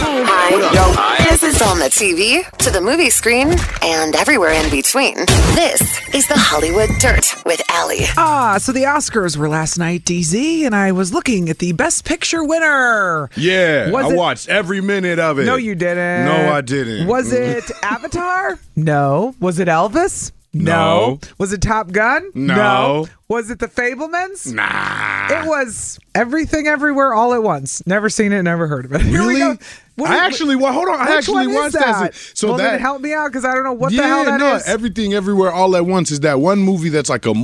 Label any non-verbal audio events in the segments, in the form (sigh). This is on the TV, to the movie screen, and everywhere in between. This is the Hollywood Dirt with Allie. Ah, so the Oscars were last night, DZ, and I was looking at the Best Picture winner. Yeah, Was I it- watched every minute of it. No, you didn't. No, I didn't. Was it Avatar? No. Was it Elvis? No. Was it Top Gun? No. Was it The Fablemans? Nah. It was everything, everywhere, all at once. Never seen it, never heard of it. (laughs) Here we really? go. What- I actually well, hold on. I which actually one is watched that. that. So well, that then help me out because I don't know what yeah, the hell that is. no, everything everywhere all at once is that one movie that's like a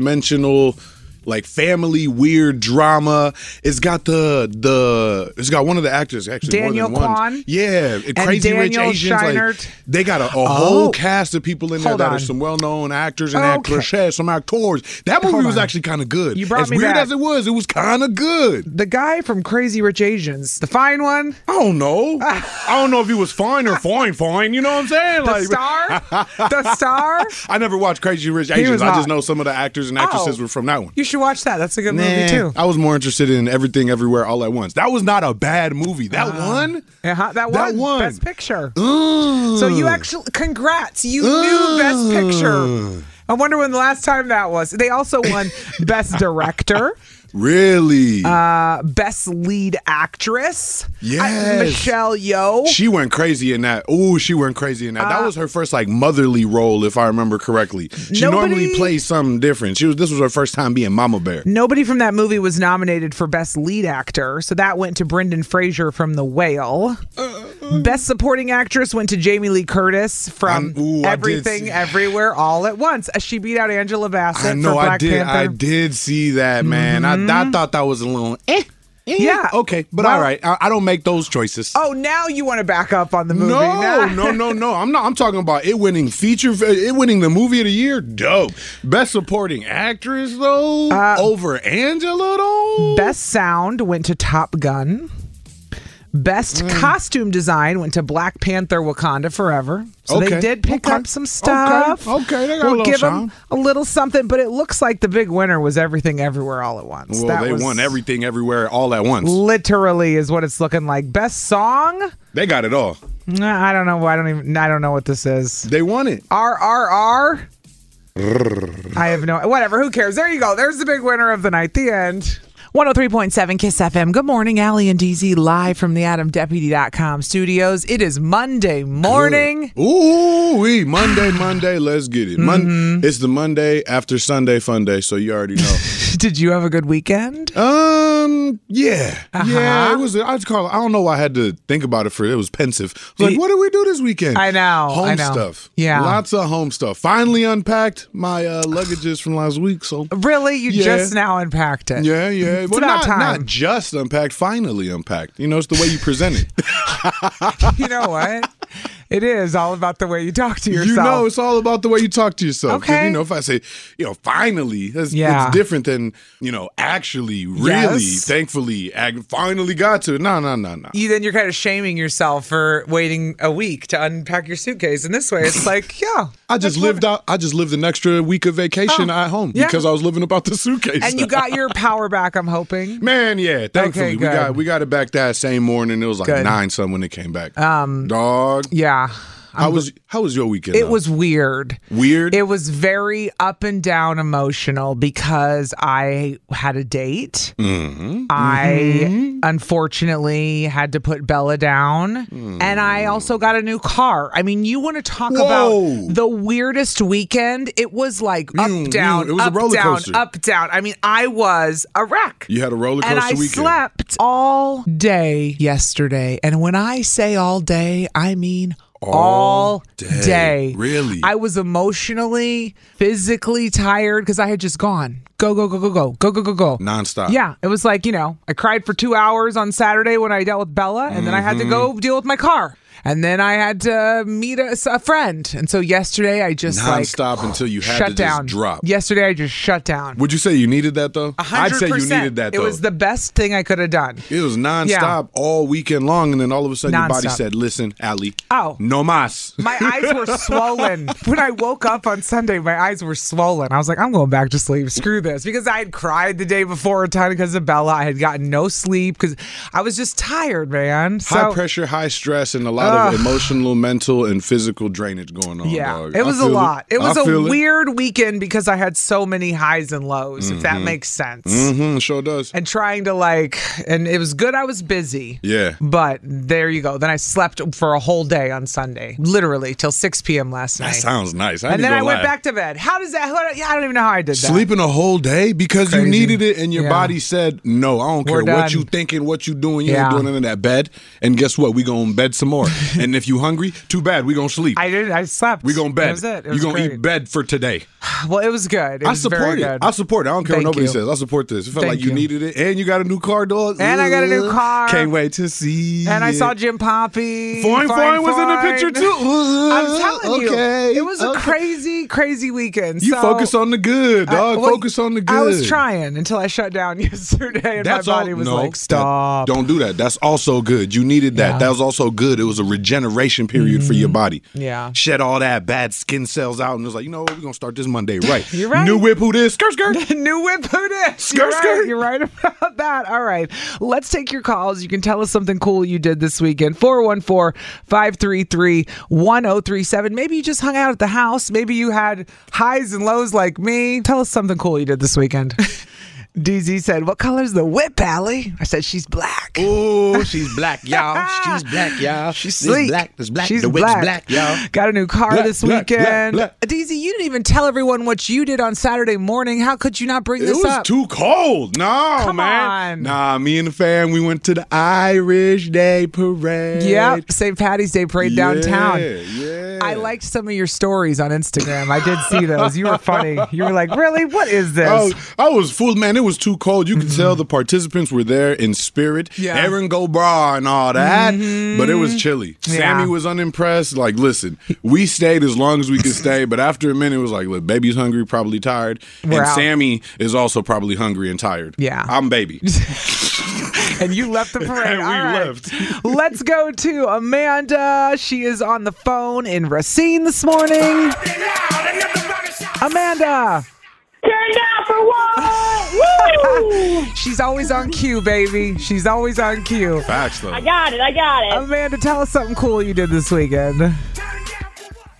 multi-dimensional like family weird drama. It's got the the it's got one of the actors actually Daniel more than one. Kwan? Yeah, it- And crazy rich Daniel Asians. Like, Scheinert? they got a, a whole Oh. cast of people in there Hold that on. are some well-known actors and Okay. actresses, some actors. That movie Hold was on. actually kind of good. You brought as me weird back. as it was, it was kind of good. the guy from Crazy Rich Asians, the fine one, I don't know. (laughs) I don't know if he was fine or fine, fine. You know what I'm saying? the (laughs) star, the star. I never watched Crazy Rich He Asians. was I just hot. know some of the actors and actresses Oh. were from that one. You should watch that. That's a good movie too. I was more interested in Everything Everywhere All at Once. That was not a bad movie. That Uh, one? Uh-huh, that, That one, one. Best Picture. So you actually, congrats, you knew Best Picture. I wonder when the last time that was. They also (laughs) won Best Director, Really? uh, Best Lead Actress. I- Yes. Michelle Yeoh. she went crazy in that. Oh, she went crazy in that. Uh, that was her first like motherly role, if I remember correctly. She normally Nobody- plays something different. She was. This was her first time being Mama Bear. Nobody from that movie was nominated for Best Lead Actor, so that went to Brendan Fraser from The Whale. Best Supporting Actress went to Jamie Lee Curtis from Uh-uh. I'm- ooh, I did Everything, see- Everywhere, All at Once. Uh, She beat out Angela Bassett I know. for Black I did. Panther. Mm-hmm. I did see that, man. I, I thought that was a little. Eh, eh, Yeah. Okay, but Well- all right. I, I don't make those choices. Oh, now you want to back up on the movie? (laughs) No, Now- no, no, no. I'm not. I'm talking about it winning feature, it winning the movie of the year. Dope. Oh, Best supporting actress though over Angela though. Uh, Best sound went to Top Gun. Best Mm. costume design went to Black Panther: Wakanda Forever. So they Okay. did pick Okay. up some stuff. Okay. Okay, they got a we'll little give sound. them a little something, but it looks like the big winner was Everything Everywhere All at Once. well, That they was won everything, everywhere, all at once. Literally is what it's looking like. Best song? they got it all. Nah, I don't know. I don't even. I don't know what this is. They won it. RRR. I have no whatever. Who cares? There you go. There's the big winner of the night. The end. 103.7 Kiss FM. Good morning, Allie and DZ live from the AdamDeputy.com studios. It is Monday (laughs) morning. Ooh, we Monday, Monday. Let's get it. Mon- Mm-hmm. It's the Monday after Sunday fun day, so you already (laughs) know. Did you have a good weekend? Um. Yeah. Yeah. Uh-huh. It was. I just call. I don't know. why I had to think about it for. It was pensive. I was Y- like, what did we do this weekend? I know, Home I know. stuff. Yeah. Lots of home stuff. Finally unpacked my uh, (laughs) luggages from last week. So. Really? You Yeah. just now unpacked it. Yeah, yeah. Well, about not, time. not just unpacked, finally unpacked. You know, it's the way you present (laughs) it. You know what? it is all about the way you (laughs) talk to yourself. You know, it's all about the way you talk to yourself. 'Cause, Okay. You know, if I say, you know, finally, that's, Yeah. it's different than, you know, actually, really, Yes. thankfully, ag- finally got to it. No, no, no, no. you then you're kind of shaming yourself for waiting a week to unpack your suitcase. And this way, it's like, yeah, I just lived out. I just lived an extra week of vacation Oh, at home yeah. because I was living about the suitcase. and you got your power back. I'm hoping. man, yeah. (laughs) Thankfully, we good. got we got it back that same morning. It was like Good. nine something when it came back. Um, dog. Yeah. How was how was your weekend? It though? was weird. weird. It was very up and down emotional because I had a date. Mhm. I Mm-hmm. unfortunately had to put Bella down. Hmm. And I also got a new car. I mean, you want to talk Whoa. about the weirdest weekend? It was like up, Mm, mm, down, it was a up, roller down, coaster. up, down. I mean, I was a wreck. You had a roller coaster And I weekend. slept all day yesterday. And when I say all day, I mean all, day. day. Really? I was emotionally, physically tired because I had just gone. Go, go, go, go, go, go, go, go, go. nonstop. Yeah. It was like, you know, I cried for two hours on Saturday when I dealt with Bella, and then I had to go Mm-hmm. deal with my car. And then I had to meet a, a friend. And so yesterday I just nonstop like until you had shut to down. just drop. Yesterday I just shut down. Would you say you needed that though? i would say you 100%. needed that It though. was the best thing I could have done. It was nonstop all weekend long, and then all of a sudden your body Nonstop. said, "Listen, Ali, Oh. no mas." My eyes (laughs) were swollen. (laughs) When I woke up on Sunday, my eyes were swollen. I was like, I'm going back to sleep. Screw this. Because I had cried the day before a ton because of Bella. I had gotten no sleep because I was just tired, man. So, high pressure, high stress, and a lot of emotional, mental, and physical drainage going on. Ah. yeah, dog. I it was a feel lot. It, I was a feel it. weird weekend because I had so many highs and lows, if that makes sense. Mhm, Mm-hmm. sure does. And trying to like, and it was good I was busy. Yeah. But there you go. Then I slept for a whole day on Sunday, literally till 6 p.m. last night. That sounds nice. I and ain't then gonna I went lie. back to bed. How does that? How, yeah, I don't even know how I did that. Sleeping a whole day because you Crazy. needed it, and your Yeah. body said, "No, I don't We're care what done. you thinking, what you doing. You ain't Yeah. doing it in that bed." And guess what? We gonna bed some (laughs) more. and if you hungry, too bad. We gonna sleep. I did. I slept. we gonna bed. That was it. it you was gonna great. eat bed for today. (sighs) Well, it was good. It I was support very it. Good. I support it. I don't care Thank what nobody you. says. I support this. It felt Thank like you, you. needed it, and you got a new car, dog. And I got a new Ugh. car. Can't wait to see. and I it. saw Jim Poppy. Foyne Foyne was in the Foyne. picture too. (laughs) I'm telling Okay, you, it was a okay. crazy, crazy weekend. You so focus on the good, I- dog. well, focus on the good. I was trying until I shut down (laughs) yesterday, and my body was like, that- "Stop." don't do that. That's also good. You needed that. That was also good. It was a regeneration period for your Mm-hmm. body. Yeah. Shed all that bad skin cells out and it was like, you know what? We're going to start (laughs) this Monday right. You're right. New whip who this? Skirt, skirt. (laughs) New whip hoot it. Skirt, you're skirt. Right. You're right about that. All right. Let's take your calls. You can tell us something cool you did this weekend. 414-533-1037. Maybe you just hung out at the house. Maybe you had highs and lows like me. Tell us something cool you did this (laughs) weekend. DZ said, What color's the whip, Allie? I said, She's black. Ooh, she's black, y'all. She's black, y'all. (laughs) She's This sleek. black. This black. She's the witch black. black, y'all. Got a new car Black, this black, black, weekend. black. DZ, you didn't even tell everyone what you did on Saturday morning. How could you not bring It this was up? too cold. No, Come man. on. Nah, me and the fam, we went to the Irish Day Parade. Yep, St. Patty's Day parade downtown. Yeah, yeah. I liked some of your stories on Instagram. I did see those. You were funny. You were like, "Really? What is this?" Mm-hmm. Oh, I was fooled, man. It was too cold. You could tell the participants were there in spirit. Yeah. Mm-hmm. Aaron Gobar and all that. But it was chilly. Yeah. Sammy was unimpressed. Like, listen, we stayed as long as we could stay, but after a minute it was like, look, baby's hungry, probably tired. We're and out. Sammy is also probably hungry and tired. Yeah. I'm baby. and you left (laughs) the parade. And we All right. left. (laughs) Let's go to Amanda. She is on the phone in Racine this morning. Amanda, Turn down (laughs) for what? Woo! she's always on cue, baby. She's always on cue. Facts though. I got it. I got it. Amanda, tell us something cool you did this weekend.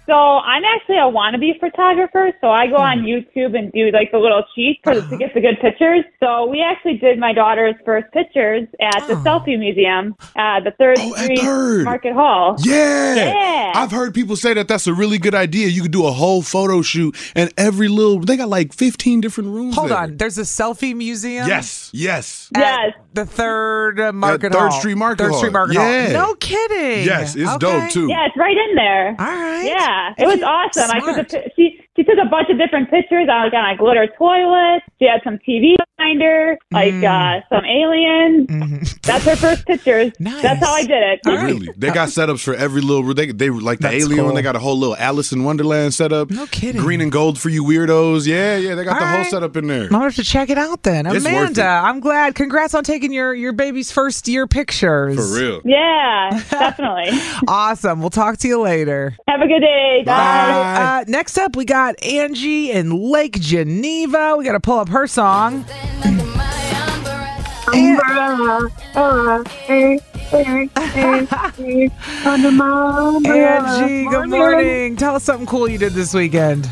so I'm actually a wannabe photographer. So I go on YouTube and do like the little cheats for to get the good pictures. So we actually did my daughter's first pictures at the Selfie Museum, uh, the Third Oh, at Street Third. Market Hall. Yeah. Yeah. I've heard people say that that's a really good idea. You could do a whole photo shoot and every little they got like 15 different rooms. Hold there. on. There's a selfie museum. Yes. Yes. at Yes. the third uh, market Third hall. Street Market third Hall. street market Yeah. hall. No kidding. Yes, it's Okay. dope too. Yeah, it's right in there. All right. Yeah, it was awesome. I took Smart. a, pi- she she took a bunch of different pictures. I was on a glitter toilet. She had some TV behind her, like uh, some aliens. That's her first pictures. Nice. That's how I did it. All right. Really, they got setups for every little. room. They, they like the That's alien. one, cool. They got a whole little Alice in Wonderland setup. No kidding. Green and gold for you weirdos. Yeah, yeah. They got the All whole right. setup in there. I'm gonna have to check it out then. It's worth Amanda, it. I'm glad. Congrats on taking your your baby's first year pictures. For real. Yeah, definitely. Awesome. We'll talk to you later. Have a good day. Uh, next up, we got Angie in Lake Geneva. We got to pull up her song. Angie, good morning. Tell us something cool you did this weekend.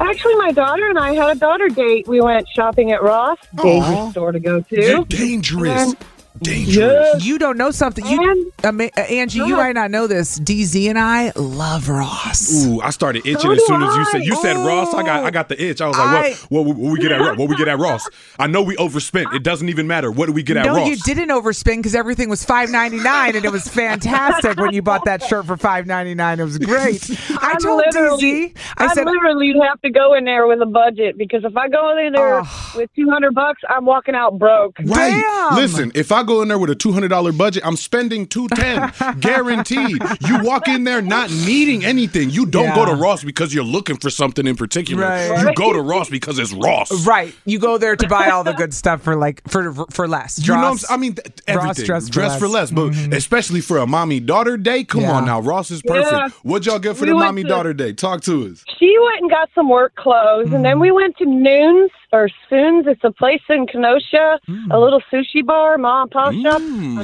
Actually, my daughter and I had a daughter date. We went shopping at Ross, dangerous store to go Oh. You're to. dangerous. Dangerous. You don't know something. You, Ama- uh, Angie, you might not know this. DZ and I love Ross. Ooh, I started itching So as soon do as you said you said I. Ross. I got I got the itch. I was like, I- what, what, what we get at Ross? What we get at Ross? I know we overspent. It doesn't even matter. What do we get at No, Ross? you didn't overspend because everything was five ninety nine, and it was fantastic when you bought that shirt for five ninety nine. It was (laughs) great. I I'm told literally- DZ, I said, literally have to go in there with a budget because if I go in there with 200 bucks, I'm walking out broke. Ah. Right. Damn. Listen, if I go in there with a two hundred dollar budget, I'm spending (laughs) two ten, guaranteed. You walk in there not needing anything. You don't go Yeah. to Ross because you're looking for something in particular. Right. You go to Ross because it's Ross. right, you go there to buy all the good stuff for like for for less. You know, what I'm Dross. s- I mean, th- Ross everything. dress dress, for for less, less. Mm-hmm. but especially for a mommy daughter day. Come Yeah. on now, Ross is perfect. Yeah. What'd y'all get for We the went mommy to- daughter day? Talk to us. She went and got some work clothes, and Mm. then we went to Noons or Soons. It's a place in Kenosha, Mm. a little sushi bar, mom and pop shop.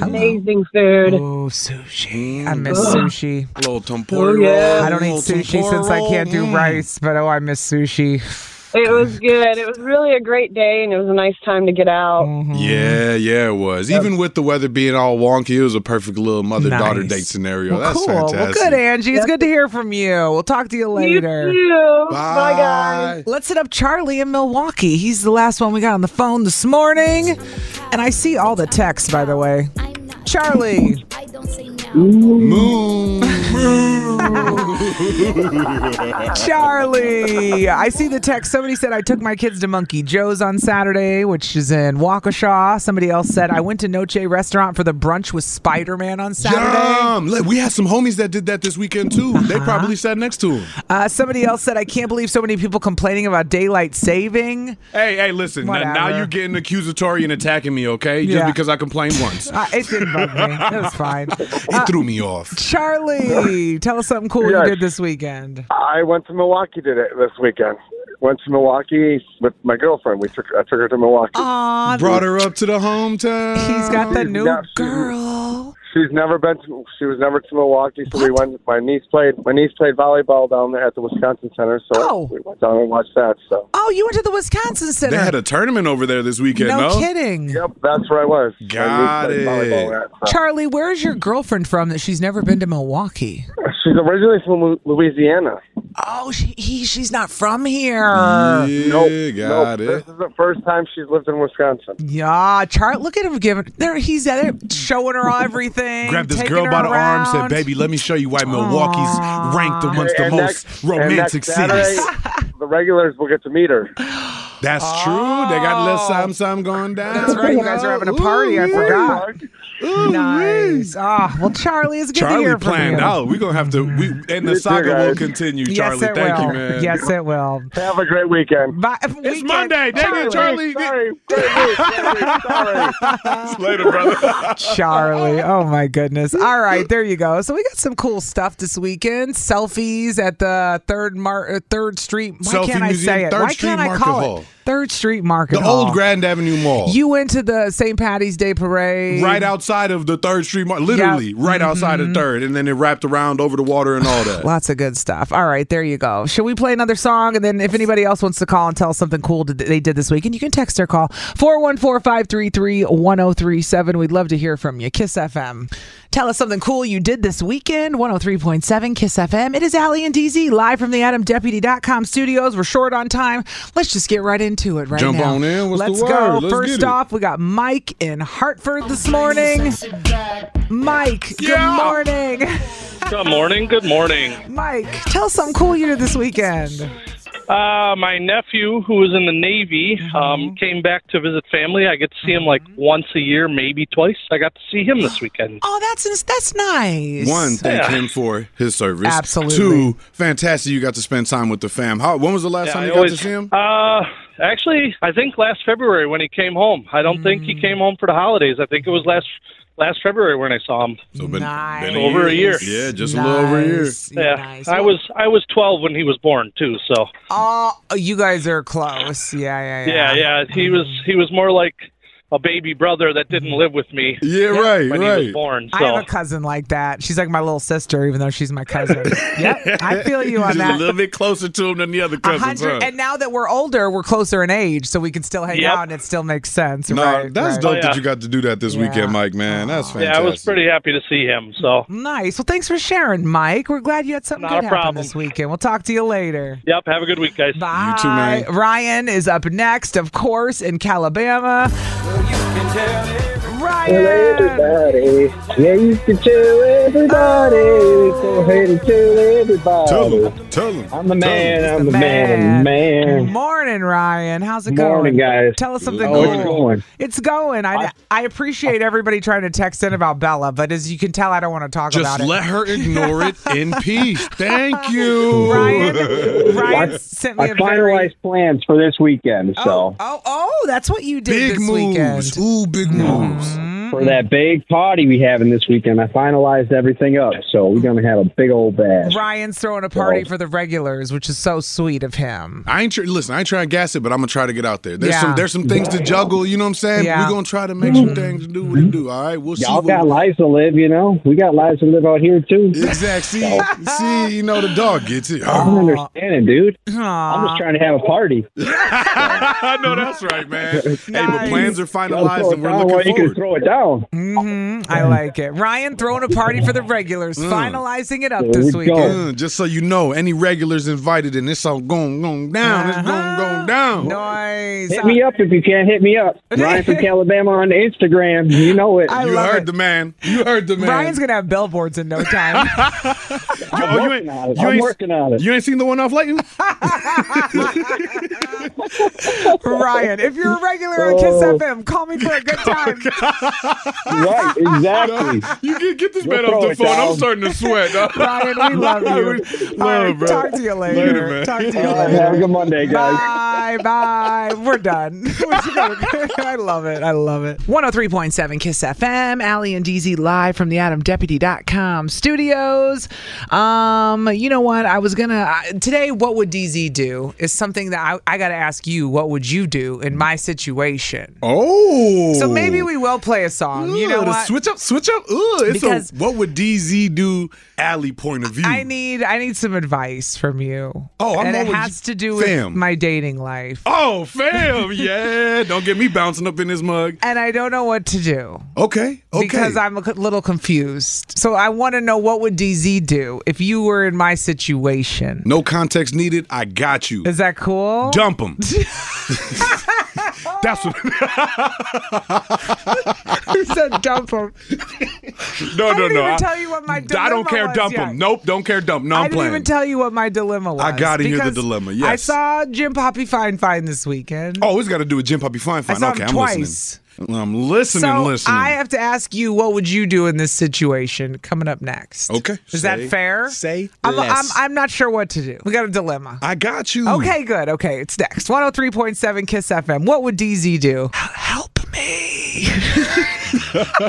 Amazing food. Oh, sushi. I miss sushi. little Oh, tempura. Mm. I don't eat sushi since I can't do rice, but oh, I miss sushi. It was good. It was really a great day, and it was a nice time to get out. Mm-hmm. Yeah, yeah, it was. Even with the weather being all wonky, it was a perfect little mother daughter Nice. date scenario. Well, That's cool. fantastic. Well, good, Angie. It's good to hear from you. We'll talk to you You later. too. Bye, guys. Let's hit up Charlie in Milwaukee. He's the last one we got on the phone this morning. And I see all the texts, by the way. Charlie, Moon. (laughs) Charlie. I see the text. Somebody said, I took my kids to Monkey Joe's on Saturday, which is in Waukesha. Somebody else said, I went to Noche restaurant for the brunch with Spider Man on Saturday. Yum. Look, We had some homies that did that this weekend too. They probably sat next to him. Uh-huh. Uh, somebody else said, I can't believe so many people complaining about daylight saving. Hey, hey, listen. Now, now Whatever. you're getting accusatory and attacking me, okay? Just Yeah. because I complained (laughs) once. Uh, it didn't bug me. It was (laughs) fine. Uh, He (laughs) threw me off. Charlie, tell us something cool Yes. you did this weekend. I went to Milwaukee today this weekend. Went to Milwaukee with my girlfriend. We took I took her to Milwaukee. Aw, Brought her up to the hometown. He's got the new Yeah, she- girl. She's never been. To, she was never to Milwaukee, so we went. My niece played. My niece played volleyball down there at the Wisconsin Center, so Oh. we went down and watched that. So Oh, you went to the Wisconsin They Center. had a tournament over there this weekend. no, No, kidding. yep, that's where I was. My niece Got played it. volleyball at, so. Charlie, where's your girlfriend from that she's never been to Milwaukee? She's originally from Lu- Louisiana. Oh, she, he, she's not from here. Yeah, Nope, got nope. it. This is the first time she's lived in Wisconsin. Yeah, Char. Look at him giving. There, he's at it, showing her everything. Grabbed this taking girl her by the around. arm, said, "Baby, let me show you why Milwaukee's ranked amongst the Uh-huh. And most next- and romantic next Saturday, cities." The regulars will get to meet (laughs) her. That's true. They got a Oh. little something, something going down. That's right. You guys are having a party. I forgot. Nice. Ah, well, Charlie, it's good to Charlie hear from planned you. out. We're gonna have to. We and the You too, saga will Mm-hmm. guys. continue. Charlie, Yes, it thank will. you, man. Yes, it will. Have a great weekend. Bye. It's Monday, dang it, Charlie. Sorry, sorry, sorry, sorry. Later, brother. Charlie. Oh my goodness. All right, there you go. So we got some cool stuff this weekend. Selfies at the Third Mar- uh, Third Street. Why Selfie can't I Museum, say it? Third Why Street can't I Market call Hall. it Third Street Market? the Hall. old Grand Avenue Mall. You went to the St. Patty's Day parade. right outside of the Third Street Mall, literally right outside Mm-hmm. of Third, and then it wrapped around over the water and all that. Lots of good stuff. All right, there you go. Should we play another song? And then if anybody else wants to call and tell us something cool that they did this weekend, you can text or call 414-533-1037. We'd love to hear from you. Kiss FM. Tell us something cool you did this weekend. 103.7 Kiss FM. It is Allie and DZ live from the AdamDeputy.com studios. We're short on time. Let's just get right into it right Jump now. on in. What's the Let's word? go. Let's get First it. off, we got Mike in Hartford this morning. Mike, Yeah. good morning. Good morning. Good morning. Mike, tell us something cool you did this weekend. Uh, my nephew, who was in the Navy, Mm-hmm. um, came back to visit family. I get to see him like once a year, maybe twice. I got to see him this weekend. Oh, that's that's nice. One, thank Yeah. him for his service. Absolutely. Two, fantastic you got to spend time with the fam. How, when was the last Yeah, time I you always- got to see him? Uh, actually, I think last February when he came home. I don't think he Mm. came home for the holidays. I think it was last last February when I saw him. So been, Nice. been Over a year. Yeah, just a little over a year. Nice. Yeah, Nice. I was I was 12 when he was born too. So Oh, you guys are close. Yeah, yeah, yeah, yeah. yeah, he was he was more like a baby brother that didn't live with me. Yeah, right, when he right. was born. I have So a cousin like that. She's like my little sister, even though she's my (laughs) cousin. yep, (laughs) I feel you on Just a that. little bit closer to him than the other A cousins. hundred, huh? and now that we're older, we're closer in age, so we can still hang Yep. out, and it still makes sense. No, right, that's right. dope that you got to do that this weekend, Mike. Man, that's fantastic. yeah, I was pretty happy to see him. So Nice. Well, thanks for sharing, Mike. We're glad you had something Not a good happen problem. this weekend. We'll talk to you later. yep, have a good week, guys. Bye. All right, Ryan is up next, of course, in Calabama. Everybody, yeah, you can tell everybody. Go ahead and tell everybody. Tell Oh. tell them. I'm the man. He's I'm the, the man. Good man. Morning, Ryan. How's it Morning, going? guys. Tell us something How's it cool. going? It's going. I, I, appreciate everybody trying to text in about Bella, but as you can tell, I don't want to talk Just about it. let her ignore it in (laughs) peace. Thank you. (laughs) Ryan, I, Ryan sent me I a very. finalized plans for this weekend, so Oh, oh, that's what you did Big this moves. weekend. Ooh, big moves. for that big party we having this weekend, I finalized everything up, so we're gonna have a big old bash. Ryan's throwing a party for the regulars, which is so sweet of him. I ain't tr- listen. I ain't trying to gas it, but I'm gonna try to get out there. There's Yeah. some there's some things to juggle. You know what I'm saying? Yeah. We're (laughs) gonna try to make some things to do what it do. All right, we'll see. Mm-hmm. Y'all what- got lives to live, you know. We got lives to live out here too. Exactly. See, see, you know the dog gets it. I don't understand it, dude. I'm just trying to have a party. I know that's right, man. Hey, but plans are Y'all finalized, and throw it down we're looking where You can forward. throw it down. Mm-hmm. I like it. Ryan throwing a party for the regulars, Mm. finalizing it up There this we go. weekend. Mm, Just so you know, any regulars invited, and it's all going going down. It's Uh-huh. going going down. Nice. Hit me up if you can. Hit me (laughs) up. Ryan from Alabama on Instagram. You know it. I You love heard it. the man. You heard the Ryan's gonna have billboards in no (laughs) time. Oh, you ain't, on it. you I'm ain't- working on it. You ain't seen the one (laughs) off Layton? Ryan, if you're a regular on Kiss FM, call me for a good (laughs) time. right, exactly. you can get this We'll man off throw the it phone. down. I'm starting to sweat. dog. (laughs) Ryan, we love (laughs) you. Love, All right, bro. talk to you later. man. Talk to you All right, later. have a good Monday, guys. Bye, bye. We're done. (laughs) I love it. I love it. 103.7 Kiss FM. Allie and DZ live from the AdamDeputy.com studios. Um, you know what? I was gonna I, today. What would DZ do? Is something that I, I got to ask you. What would you do in my situation? Oh. So maybe we will play a song. you know Ooh, the what? Switch up, switch up. Ooh, it's Because- a, what would DZ do? Alley point of view. I need I need some advice from you. Oh, I'm and it always- has to do with Fam. my dating life. oh, fam, yeah. Don't get me bouncing up in this mug. And I don't know what to do. Okay, okay. Because I'm a c- little confused. So I want to know what would DZ do if you were in my situation? No context needed. I got you. Is that cool? Dump (laughs) him. That's what. (laughs) Who said dump him? No, I no, didn't no. even I- tell you what my I don't dilemma care. was Dump yet. him. Nope. Don't care. Dump. No, I I'm didn't playing. even tell you what my dilemma was. I gotta hear the because dilemma, I yes. saw Jim Poppy Fine Fine this weekend. oh, it's got to do with Jim Poppy Fine Fine. saw him okay, I'm twice. listening. I'm listening. so listening. I have to ask you, what would you do in this situation? Coming up next. okay. Is that Say- fair? Say I'm, less. I'm, I'm not sure what to do. We got a dilemma. I got you. Okay, good. Okay, it's next. 103.7 Kiss FM. What would DZ do? (laughs)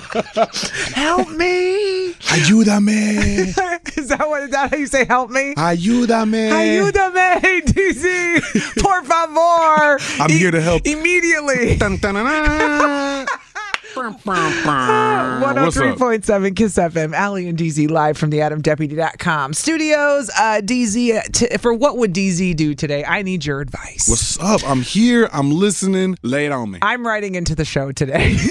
Help me. Ayúdame. (laughs) is that what is that how you say help me? Ayúdame. Ayúdame, (laughs) DZ. Por favor. I'm here to help. Immediately. (laughs) What's up? 103.7 Kiss FM, Allie and DZ live from the AdamDeputy.com studios. Uh, DZ, uh, t- for what would DZ do today? I need your advice. What's up? I'm here. I'm listening. Lay it on me. I'm writing into the show today. (laughs)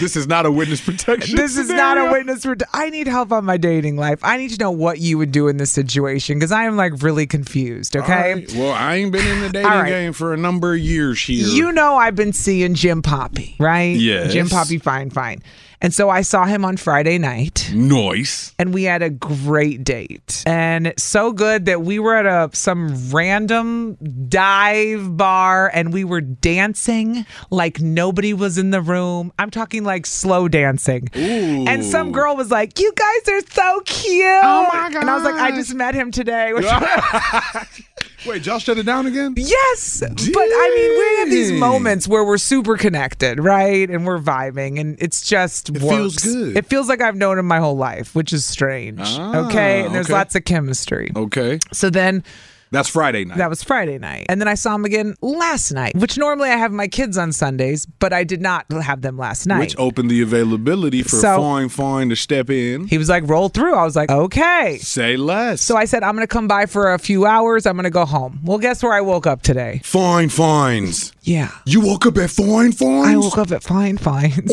This is not a witness protection. this is not a scenario. witness for. I need help on my dating life. I need to know what you would do in this situation because I am like really confused. All Okay. right. Well, I ain't been in the dating All right. game for a number of years here. You know I've been seeing Jim Poppy, right? Yes. Jim Poppy, fine, fine. And so I saw him on Friday night. Nice. And we had a great date. And so good that we were at a some random dive bar and we were dancing like nobody was in the room. I'm talking like slow dancing. And some girl was like, You guys are so cute. Oh my god. And I was like, I just met him today. Which (laughs) Wait, Josh shut it down again? Yes, but I mean, we have these moments where we're super connected, right? And we're vibing, and it's just it feels good. It feels like I've known him my whole life, which is strange. Ah, okay, and there's okay. lots of chemistry. Okay. So then That's Friday night. That was Friday night. And then I saw him again last night, which normally I have my kids on Sundays, but I did not have them last night. Which opened the availability for So- foreign foreign to step in. He was like, roll through. I was like, okay. Say less. So I said, I'm going to come by for a few hours. I'm going to go home. Well, guess where I woke up today? Fine fines. Yeah. You woke up at fine fines? I woke up at fine fines.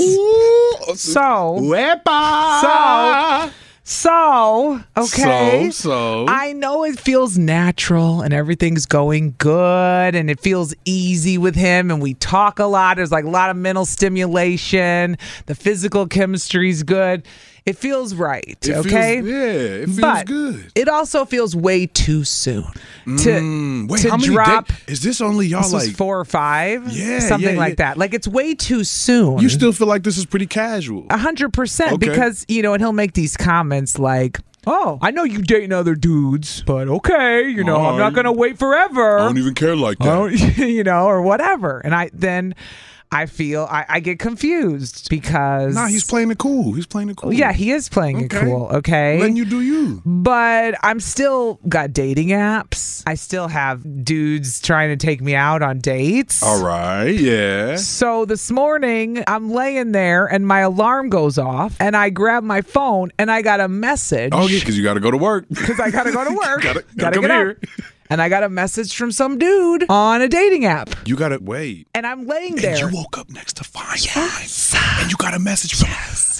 So. Wepa. So. So, okay. So, so. I know it feels natural and everything's going good and it feels easy with him and we talk a lot. There's like a lot of mental stimulation. The physical chemistry's good. It feels right, It feels- okay? yeah, it feels But good. It also feels way too soon to Mm, wait, to how many drop. day- is this only y'all This was like- four or five? Yeah, something yeah, like yeah. that. Like it's way too soon. You still feel like this is pretty casual. A hundred percent, Okay. because you know, and he'll make these comments like, "Oh, I know you dating other dudes, but okay, you know, I'm not Alright. gonna wait forever." I don't even care like that. I don't- (laughs) you know, or whatever. And I then I feel I, I get confused because Nah, he's playing it cool. He's playing it cool. yeah, he is playing it Okay. cool. Okay, Letting you do you. But I'm still got dating apps. I still have dudes trying to take me out on dates. All right. Uh, Yeah. So this morning, I'm laying there and my alarm goes off, and I grab my phone and I got a message. Oh yeah, because you got to go to work. Because I gotta (laughs) go to work. gotta, gotta come get here. up. And I got a message from some dude on a dating app. You gotta wait. And I'm laying And there. you woke up next to fine yes. and you got a message from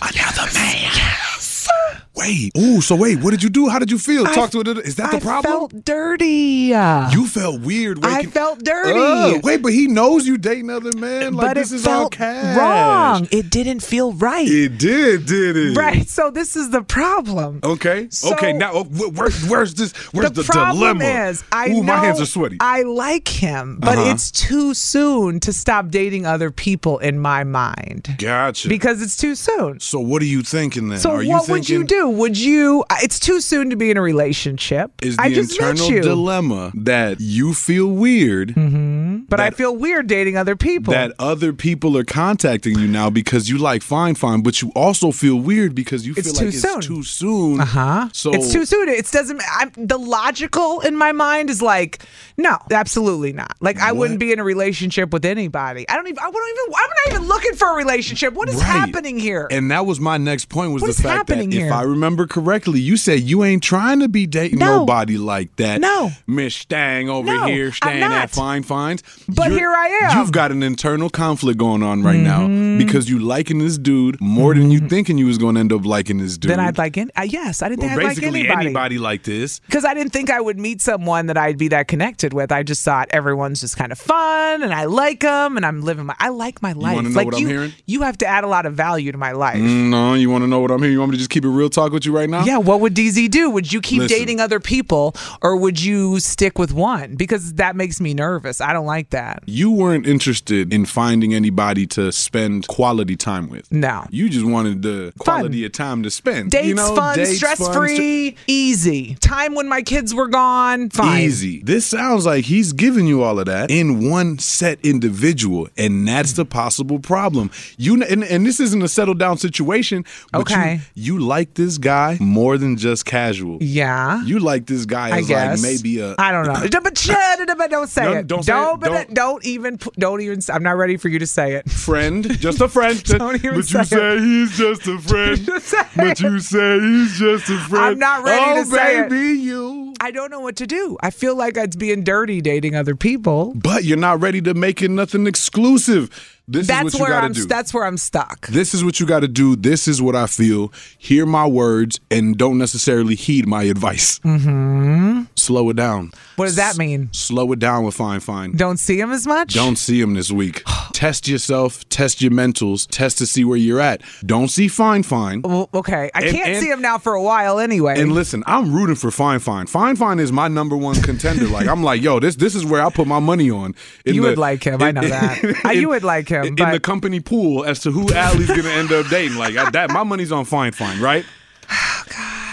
another man. Yes. Wait. Oh, so wait. What did you do? How did you feel? I- Talk to it. Is that the I problem? felt dirty. You you felt weird. Waking. I felt dirty. Ugh, wait, but he knows you dating other man. Like but this it is all felt cash. wrong. It didn't feel right. It did, did it? Right. So this is the problem. Okay. So- okay. Now, oh, wh- where, where's this? Where's the, problem dilemma? is, I Ooh, my know hands are sweaty. I like him, but Uh-huh. it's too soon to stop dating other people in my mind. Gotcha. Because it's too soon. So what are you thinking then? So are you what thinking, would you do? Would you? I- It's too soon to be in a relationship. Is the I just met internal you, dilemma that you feel weird Mm-hmm. but I feel weird dating other people. that other people are contacting you now because you like fine, fine, but you also feel weird because you It's feel too like soon. it's too soon. uh huh. So it's too soon. It doesn't. I'm, the logical in my mind is like, no, absolutely not. Like I wouldn't be in a relationship with anybody. I don't even. I wouldn't even. I'm not even looking for a relationship. What is Right. happening here? And that was my next point was What is the fact that happening here? if I remember correctly, you said you ain't trying to be dating No. nobody like that. No. Miss Stang over No, here, I'm Stang not. at Fine Fines. But You're- here I am. Mm-hmm. You've got an internal conflict going on right now because you liking this dude more than you thinking you was going to end up liking this dude. Then I'd like in. Uh, yes, I didn't Or think I'd like basically anybody. like this. because I didn't think I would meet someone that I'd be that connected with. I just thought everyone's just kind of fun, and I like them, and I'm living my. I like my life. wanna know like what I'm you, hearing? you have to add a lot of value to my life. Mm, No, you want to know what I'm here? You want me to just keep it real talk with you right now? Yeah, what would DZ do? Would you keep Listen. dating other people, or would you stick with one? Because that makes me nervous. I don't like that. You weren't interested in finding anybody to spend quality time with. No. You just wanted the quality of time to spend. Dates you know, fun, dates, fun, stress free, easy. Time when my kids were gone, fine. Easy. This sounds like he's giving you all of that in one set individual, and that's the possible problem. You kn- and, and this isn't a settled down situation. But Okay. You, you like this guy more than just casual. Yeah. You like this guy I as guess like maybe a I (coughs) don't know. But shut it, but don't say No, it. don't say it. but Don't- don't even pu- don't even. I'm not ready for you to say it. (laughs) friend, just a friend. Don't even but say you it. say (laughs) he's just a friend. but you say he's just a friend. I'm not ready oh, to say it. baby, you. I don't know what to do. I feel like it's being dirty dating other people. But you're not ready to make it nothing exclusive. This that's is what you where gotta I'm. do. That's where I'm stuck. This is what you got to do. This is what I feel. Hear my words and don't necessarily heed my advice. Mm-hmm. Slow it down. What does that mean? Slow it down with Fine Fine. Don't see him as much. Don't see him (sighs) this week. test yourself, test your mentals, test to see where you're at. Don't see Fine Fine. Well, okay, I And- can't and- see him now for a while anyway. And listen, I'm rooting for Fine Fine. Fine Fine is my number one contender. like I'm like, yo, this this is where I put my money on. In you the- would like him. I in- (laughs) know that. Uh, you would like him, in but the company pool as to who Allie's gonna end up (sighs) dating. Like I, that, my money's on Fine Fine, right?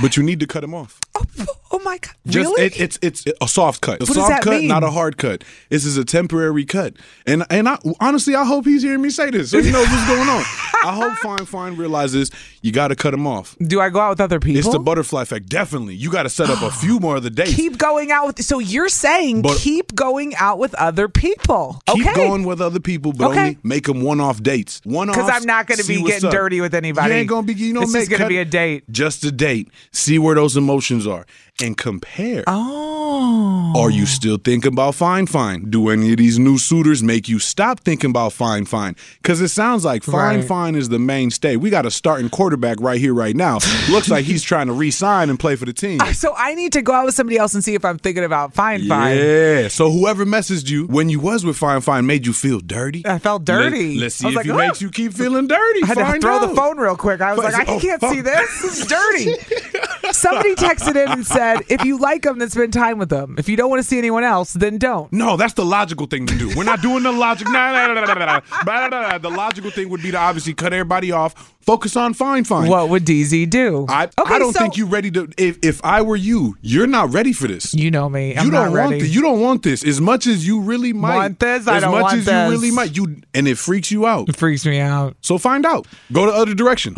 But you need to cut him off. oh my god! Just really? it, it's it's a soft cut, a What does soft that cut, mean? not a hard cut. This is a temporary cut, and and I honestly I hope he's hearing me say this, so he knows what's going on. (laughs) I hope Fine Fine realizes you got to cut him off. Do I go out with other people? It's the butterfly effect, definitely. You got to set up (gasps) a few more of the dates. keep going out with. So you're saying But- keep going out with other people? Keep okay. going with other people, but Okay. only make them one-off dates. One-off. because I'm not going to be getting dirty with anybody. You ain't gonna be. You know, this make is going to cut- be a date. Just a date. See where those emotions are and compare. Oh, Are you still thinking about Fine Fine? Do any of these new suitors make you stop thinking about Fine Fine? Because it sounds like Fine Right. Fine is the mainstay. We got a starting quarterback right here, right now. Looks like he's trying to re-sign and play for the team. (laughs) so I need to go out with somebody else and see if I'm thinking about fine, (laughs) fine. Yeah. So whoever messaged you when you was with Fine Fine made you feel dirty. I felt dirty. Let, us see I was if like, he "Oh." makes you keep feeling dirty. I had to Find throw the out. phone real quick. I was Find- like, I oh, can't oh. see this. This is (laughs) dirty. Somebody texted in and said, if you like them, then spend time with them. If you don't want to see anyone else, then don't. No, that's the logical thing to do. We're not doing the logic. Nah, nah, nah, nah, nah, nah, nah, nah, nah, nah. The logical thing would be to obviously cut everybody off. Focus on Fine Fine. What would DZ do? I, Okay, I don't so- think you're ready to. If, if I were you, you're not ready for this. You know me. I'm you not don't ready. want this. You don't want this. As much as you really might. Want this? I As don't much want as this. you really might. You and it freaks you out. It freaks me out. So find out. Go the (sighs) other direction.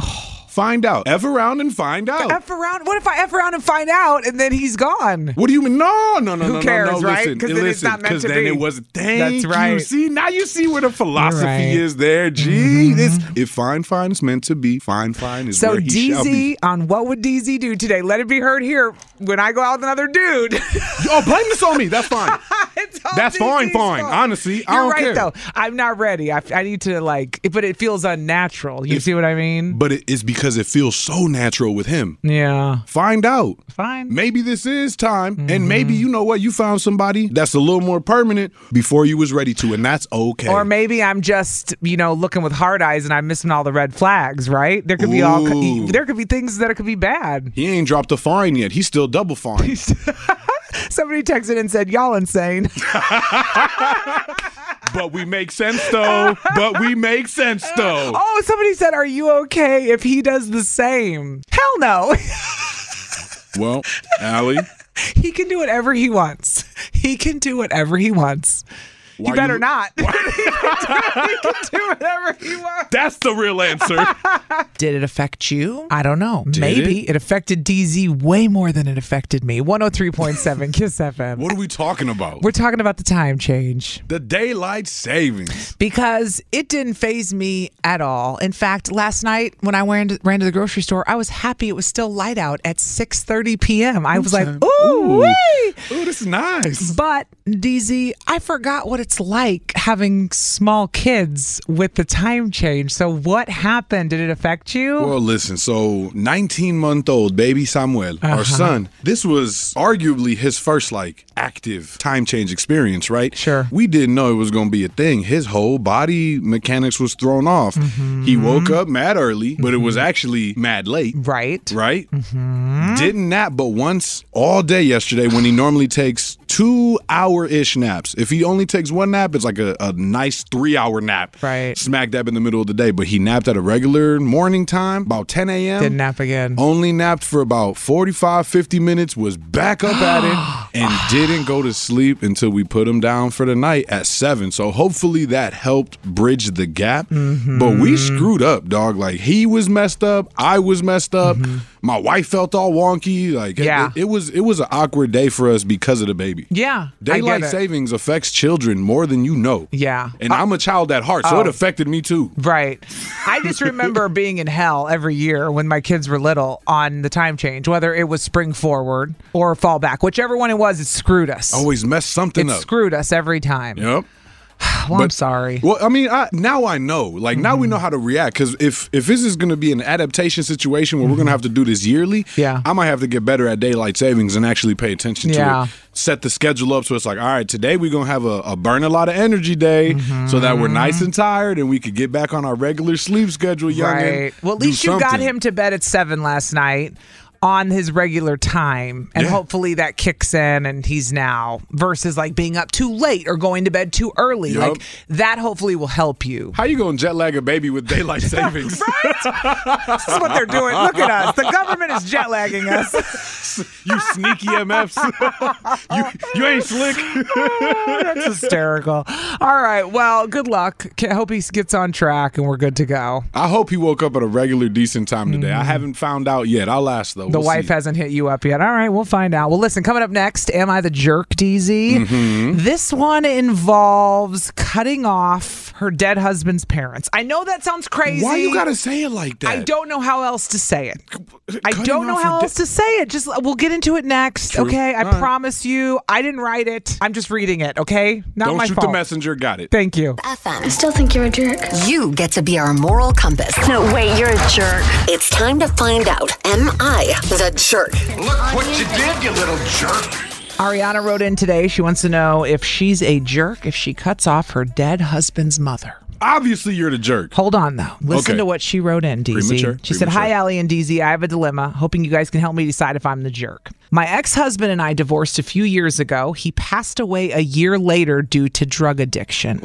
find out. F around and find out. F around. What if I F around and find out and then he's gone? What do you mean? No, no, no, Who no, cares, no, no. right? Listen, 'Cause then it's listen, not meant 'cause to then be. it was. Thank That's you. right. See, now you see where the philosophy right. is there, G. This, if fine, fine is meant to be, fine, fine is Mm-hmm. So where he shall be. DZ on what would DZ do today? Let it be heard here when I go out with another dude. (laughs) oh, blame this on me. (laughs) That's fine. That's fine, fine. Honestly, I You're don't right care. though. I'm not ready. I, I need to like, but it feels unnatural. You see what I mean? But it is because it feels so natural with him. Yeah. Find out. Fine. Mm-hmm. Maybe this is time, and maybe you know what? You found somebody that's a little more permanent before you was ready to, and that's okay. Or maybe I'm just you know looking with hard eyes and I'm missing all the red flags. Right? There could be all Ooh. there could be things that could be bad. he ain't dropped a fine yet. He's still (laughs) double fine. Somebody texted and said, "Y'all insane." (laughs) but we make sense though. But we make sense though. (laughs) oh, somebody said, "Are you okay if he does the same?" Hell no. (laughs) Well, Allie, He can do whatever he wants. He can do whatever he wants. Why he better you- (laughs) not. he can (laughs) do whatever he wants. that's the real answer. (laughs) (laughs) Did it affect you? I don't know. Maybe it? it? affected DZ way more than it affected me. 103.7 Kiss FM. What are we talking about? We're talking about the time change The daylight savings. because it didn't phase me at all. In fact, last night when I ran to, ran to the grocery store, I was happy it was still light out at 6:30 p.m. I was like, "Ooh, wee!" Ooh, this is nice. But DZ, I forgot what it's like having small kids with the time change. So what happened? Did it affect you? Well, listen, so 19 month old baby Samuel, Uh-huh. our son, this was arguably his first like active time change experience, right? Sure. We didn't know it was going to be a thing. His whole body mechanics was thrown off. He Mm-hmm. woke up mad early, but it was actually mad late. Right. Right? Mm-hmm. Didn't nap but once all day yesterday (sighs) when he normally takes two hour ish naps. If he only takes one nap, it's like a, a nice three hour nap. Right. Smack dab in the middle of the day. But he napped at a regular morning time, about 10 a.m. Didn't nap again. Only napped for about 45, 50 minutes, was back up (gasps) at it, and didn't go to sleep until we put him down for the night at seven. So hopefully that helped bridge the gap. But we Hmm. screwed up, dog. Like he was messed up, I was messed up, my wife felt all wonky. Like Mm-hmm. it- Yeah. it, it was it was an awkward day for us because of the baby. Yeah. I Daylight get it. savings affects children more than you know. Yeah. And I'm a child at heart, so Oh. it affected me too. Right. I just (laughs) remember being in hell every year when my kids were little on the time change, whether it was spring forward or fall back, whichever one it was, it screwed us. Always messed something it up. screwed us every time. Yep. (sighs) Well, I'm But- sorry. Well, I mean, I, now I know. Like now Mm-hmm. we know how to react. Because if if this is going to be an adaptation situation where we're Mm-hmm. going to have to do this yearly, yeah, I might have to get better at daylight savings and actually pay attention to Yeah. it. Set the schedule up so it's like, all right, today we're gonna have a, a burn a lot of energy day, Mm-hmm. so that we're nice and tired and we could get back on our regular sleep schedule. Young, Well, at least you got him to bed at seven last night. on his regular time and hopefully that kicks in and he's now versus like being up too late or going to bed too early Yup. like that hopefully will help you How you gonna jet lag a baby with (laughs) daylight savings? (laughs) this is what they're doing look at us the government is jet lagging us (laughs) you sneaky mfs you, you ain't (laughs) slick Oh, that's hysterical all right well good luck Ca- hope he gets on track and we're good to go I hope he woke up at a regular decent time today. I haven't found out yet. I'll ask though. Mm-hmm. the wife hasn't hit you up yet. All right, we'll find out. Well, listen, coming up next, Am I the Jerk, DZ? Mm-hmm. This one involves cutting off her dead husband's parents. I know that sounds crazy. Why you gotta say it like that? I don't know how else to say it. I cutting don't know off how her else to say it. Just we'll get into it next. True. Okay, I All right. promise you, I didn't write it. I'm just reading it. Okay, not Don't my shoot fault. the messenger. Got it. Thank you. I still think you're a jerk. You get to be our moral compass. No, wait, you're a jerk. It's time to find out. Am I the jerk? Look what you did, you little jerk. Ariana wrote in today. She wants to know if she's a jerk if she cuts off her dead husband's mother. Obviously, you're the jerk. Hold on though. Listen Okay. to what she wrote in, DZ. Premature, She said, Hi, Allie and DZ. I have a dilemma. Hoping you guys can help me decide if I'm the jerk. My ex husband and I divorced a few years ago. He passed away a year later due to drug addiction.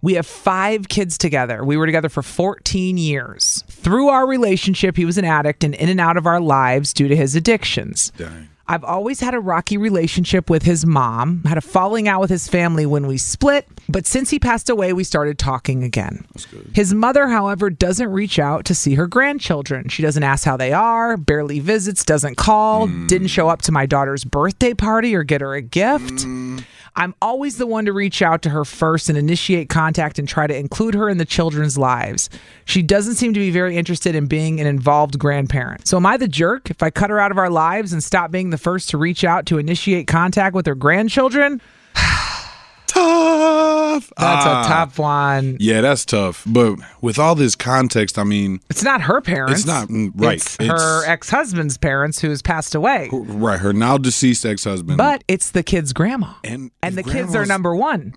We have five kids together. We were together for 14 years. Through our relationship, he was an addict and in and out of our lives due to his addictions. I've always had a rocky relationship with his mom, had a falling out with his family when we split, but since he passed away, we started talking again. His mother, however, doesn't reach out to see her grandchildren. She doesn't ask how they are, barely visits, doesn't call, didn't show up to my daughter's birthday party or get her a gift. I'm always the one to reach out to her first and initiate contact and try to include her in the children's lives. She doesn't seem to be very interested in being an involved grandparent. So, am I the jerk if I cut her out of our lives and stop being the first to reach out to initiate contact with her grandchildren? (sighs) tough. That's a tough one. Ah. Yeah, that's tough. But with all this context, I mean, It's not her parents. It's not- mm, right. It's It's- her ex husband's parents who's passed away. right? Her now deceased ex husband. But it's the kid's grandma. And, the kids are grandma's- number one.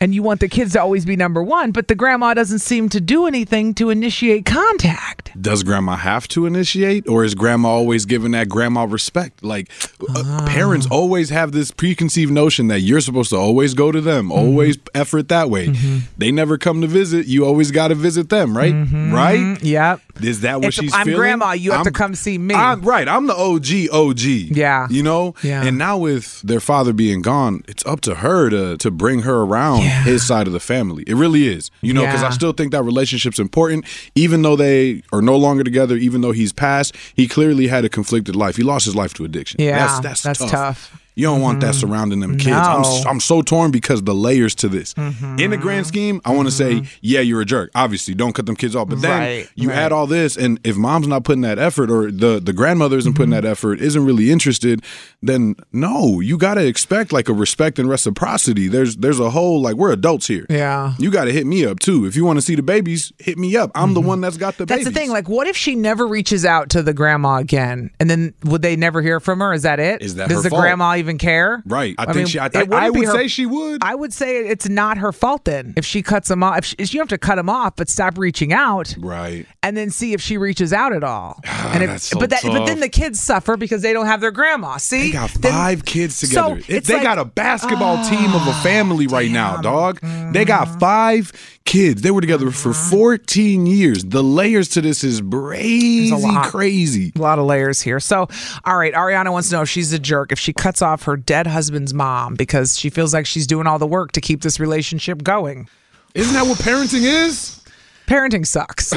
And you want the kids to always be number one, but the grandma doesn't seem to do anything to initiate contact. Does grandma have to initiate, or is grandma always giving that grandma respect? Like, Ah. uh, parents always have this preconceived notion that you're supposed to always go to them, Mm-hmm. always effort that way. They never come to visit. You always got to visit them, right? Right? Mm-hmm. Yep. Is that what It's- she's I'm feeling? grandma, you have to come see me. I'm, right. I'm the OG OG. Yeah. You know? Yeah. And now with their father being gone, it's up to her to to bring her around his side of the family. It really is. You know, because I Yeah. still think that relationship's important. Even though they are no longer together, even though he's passed, he clearly had a conflicted life. He lost his life to addiction. Yeah, That's that's, that's tough. tough. Mm-hmm. You don't want that surrounding them kids. I'm, No. s- I'm so torn because the layers to this. Mm-hmm. In the grand scheme, I want to say, yeah, you're a jerk. Obviously, don't cut them kids off. But then Right, you right. add all this, and if mom's not putting that effort, or the the grandmother isn't Mm-hmm. putting that effort, isn't really interested, then no, you gotta expect like a respect and reciprocity. There's there's a whole like we're adults here. Yeah. You gotta hit me up too if you want to see the babies. Hit me up. I'm the one that's got the Mm-hmm. That's babies. the thing. Like, what if she never reaches out to the grandma again, and then would they never hear from her? Is that it? Is that does her the fault? grandma even care? Right. I, think she. I, it think wouldn't I be would her- say she would. I would say it's not her fault then if she cuts them off. If she, you have to cut them off, but stop reaching out, right? And then see if she reaches out at (sighs) all. and if, that's so but but then tough. the kids suffer because they don't have their grandma. See, They got Then- five kids So, together. It- it's they like- ah, got a basketball team of a family right now, dog. They Mm-hmm. got five kids. They were together for 14 years. The layers to this is crazy, crazy. A lot of layers here. So, all right, Ariana wants to know if she's a jerk if she cuts off her dead husband's mom because she feels like she's doing all the work to keep this relationship going. Isn't that what parenting is? Parenting sucks.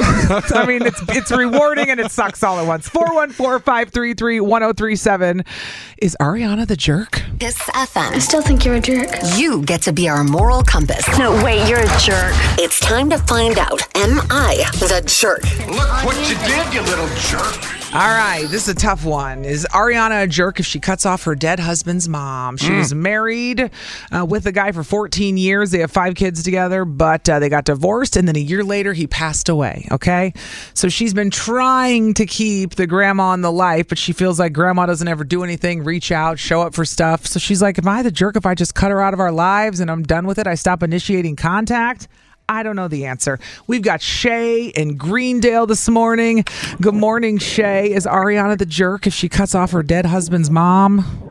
(laughs) I mean, it's it's rewarding and it sucks all at once. 414-533-1037. Is Ariana the jerk? Kiss FM. I still think you're a jerk. You get to be our moral compass. No, wait, you're a jerk. It's time to find out. Am I the jerk? Look what you did, you little jerk. All right, this is a tough one. Is Ariana a jerk if she cuts off her dead husband's mom? She Mm. was married uh, with a guy for 14 years. They have five kids together, but uh, they got divorced, and then a year later, he passed away. Okay. So she's been trying to keep the grandma in the life, but she feels like grandma doesn't ever do anything, reach out, show up for stuff. So she's like, Am I the jerk if I just cut her out of our lives and I'm done with it? I stop initiating contact? I don't know the answer. We've got Shay in Greendale this morning. Good morning, Shay. Is Ariana the jerk if she cuts off her dead husband's mom?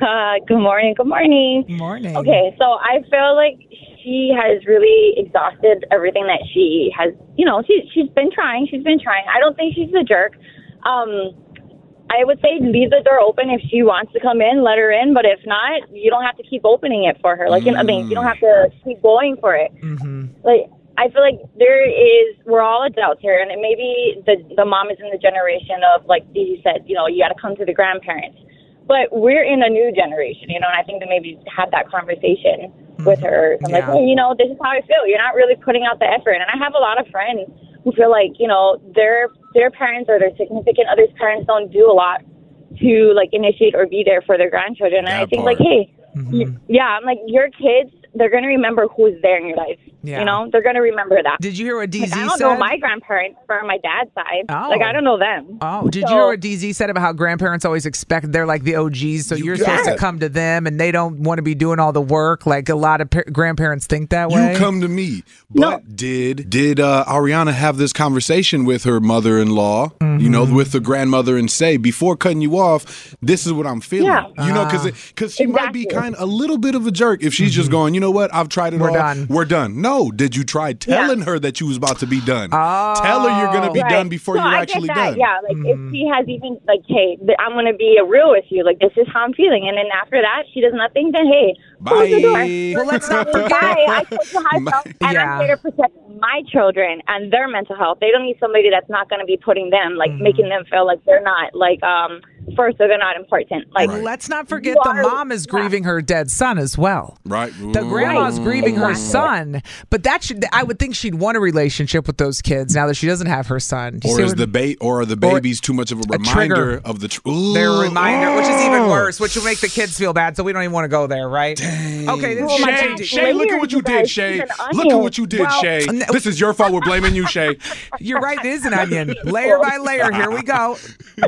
Uh, good morning. Good morning. Good morning. Okay, so I feel like she has really exhausted everything that she has. You know, she she's been trying. She's been trying. I don't think she's a jerk. Um, I would say leave the door open if she wants to come in, let her in. But if not, you don't have to keep opening it for her. Like, you know, I mean, you don't have to keep going for it. Like, I feel like there is we're all adults here, and it maybe the the mom is in the generation of like you said, you know, you got to come to the grandparents. But we're in a new generation, you know, and I think that maybe have that conversation with her. I'm like, Yeah. hey, you know, this is how I feel. You're not really putting out the effort. And I have a lot of friends who feel like, you know, their their parents or their significant other's parents don't do a lot to like initiate or be there for their grandchildren. And I think like, hey, Mm-hmm. y- yeah, I'm like your kids, they're gonna remember who's there in your life. Yeah. You know, they're gonna remember that. Did you hear what DZ like, I don't know said? my grandparents from my dad's side. Oh. Like I don't know them. Oh, did you hear what DZ said about how grandparents always expect they're like the OGs, so you are supposed to got it. come to them and they don't want to be doing all the work? Like a lot of par- grandparents think that way. You come to me. But did did uh, Ariana have this conversation with her mother-in-law? You Mm-hmm. know, with the grandmother, and say before cutting you off, this is what I'm feeling. Yeah. You know, because Ah. because she might be kind of a little bit of a jerk if she's just going. You know what? I've tried it Mm-hmm. We're all. done. We're done. No, did you try telling her that you was about to be done? Tell her you're Oh. gonna be Right. done before No, you're I get actually that. done. Yeah, like if she has even like, hey, th- I'm gonna be a real with you. Like this is how I'm feeling, and then after that, she does nothing. Then hey, close the door. Bye. Well, let's not Bye. (laughs) I told you how I felt, and I'm here to protect my children and their mental health. They don't need somebody that's not gonna be putting them like making them feel like they're not like um first or they're not important. Like And let's not forget the mom is grieving her dead son as well. Right. The grandma's Right. grieving her Exactly. son, but that should I would think she'd want a relationship with those kids now that she doesn't have her son. Do you Or see is what- the ba- or are the Or- babies too much of a a trigger. reminder of the tr- Ooh. their reminder, which is even Oh. worse, which will make the kids feel bad. So we don't even want to go there, right? Okay, this Shay, is Shay, Shay. look at what you did, Shay. Look at what you did, Well, Shay. n- This is your fault. We're blaming you, Shay. (laughs) You're right. It is an onion, layer by layer. Here we go.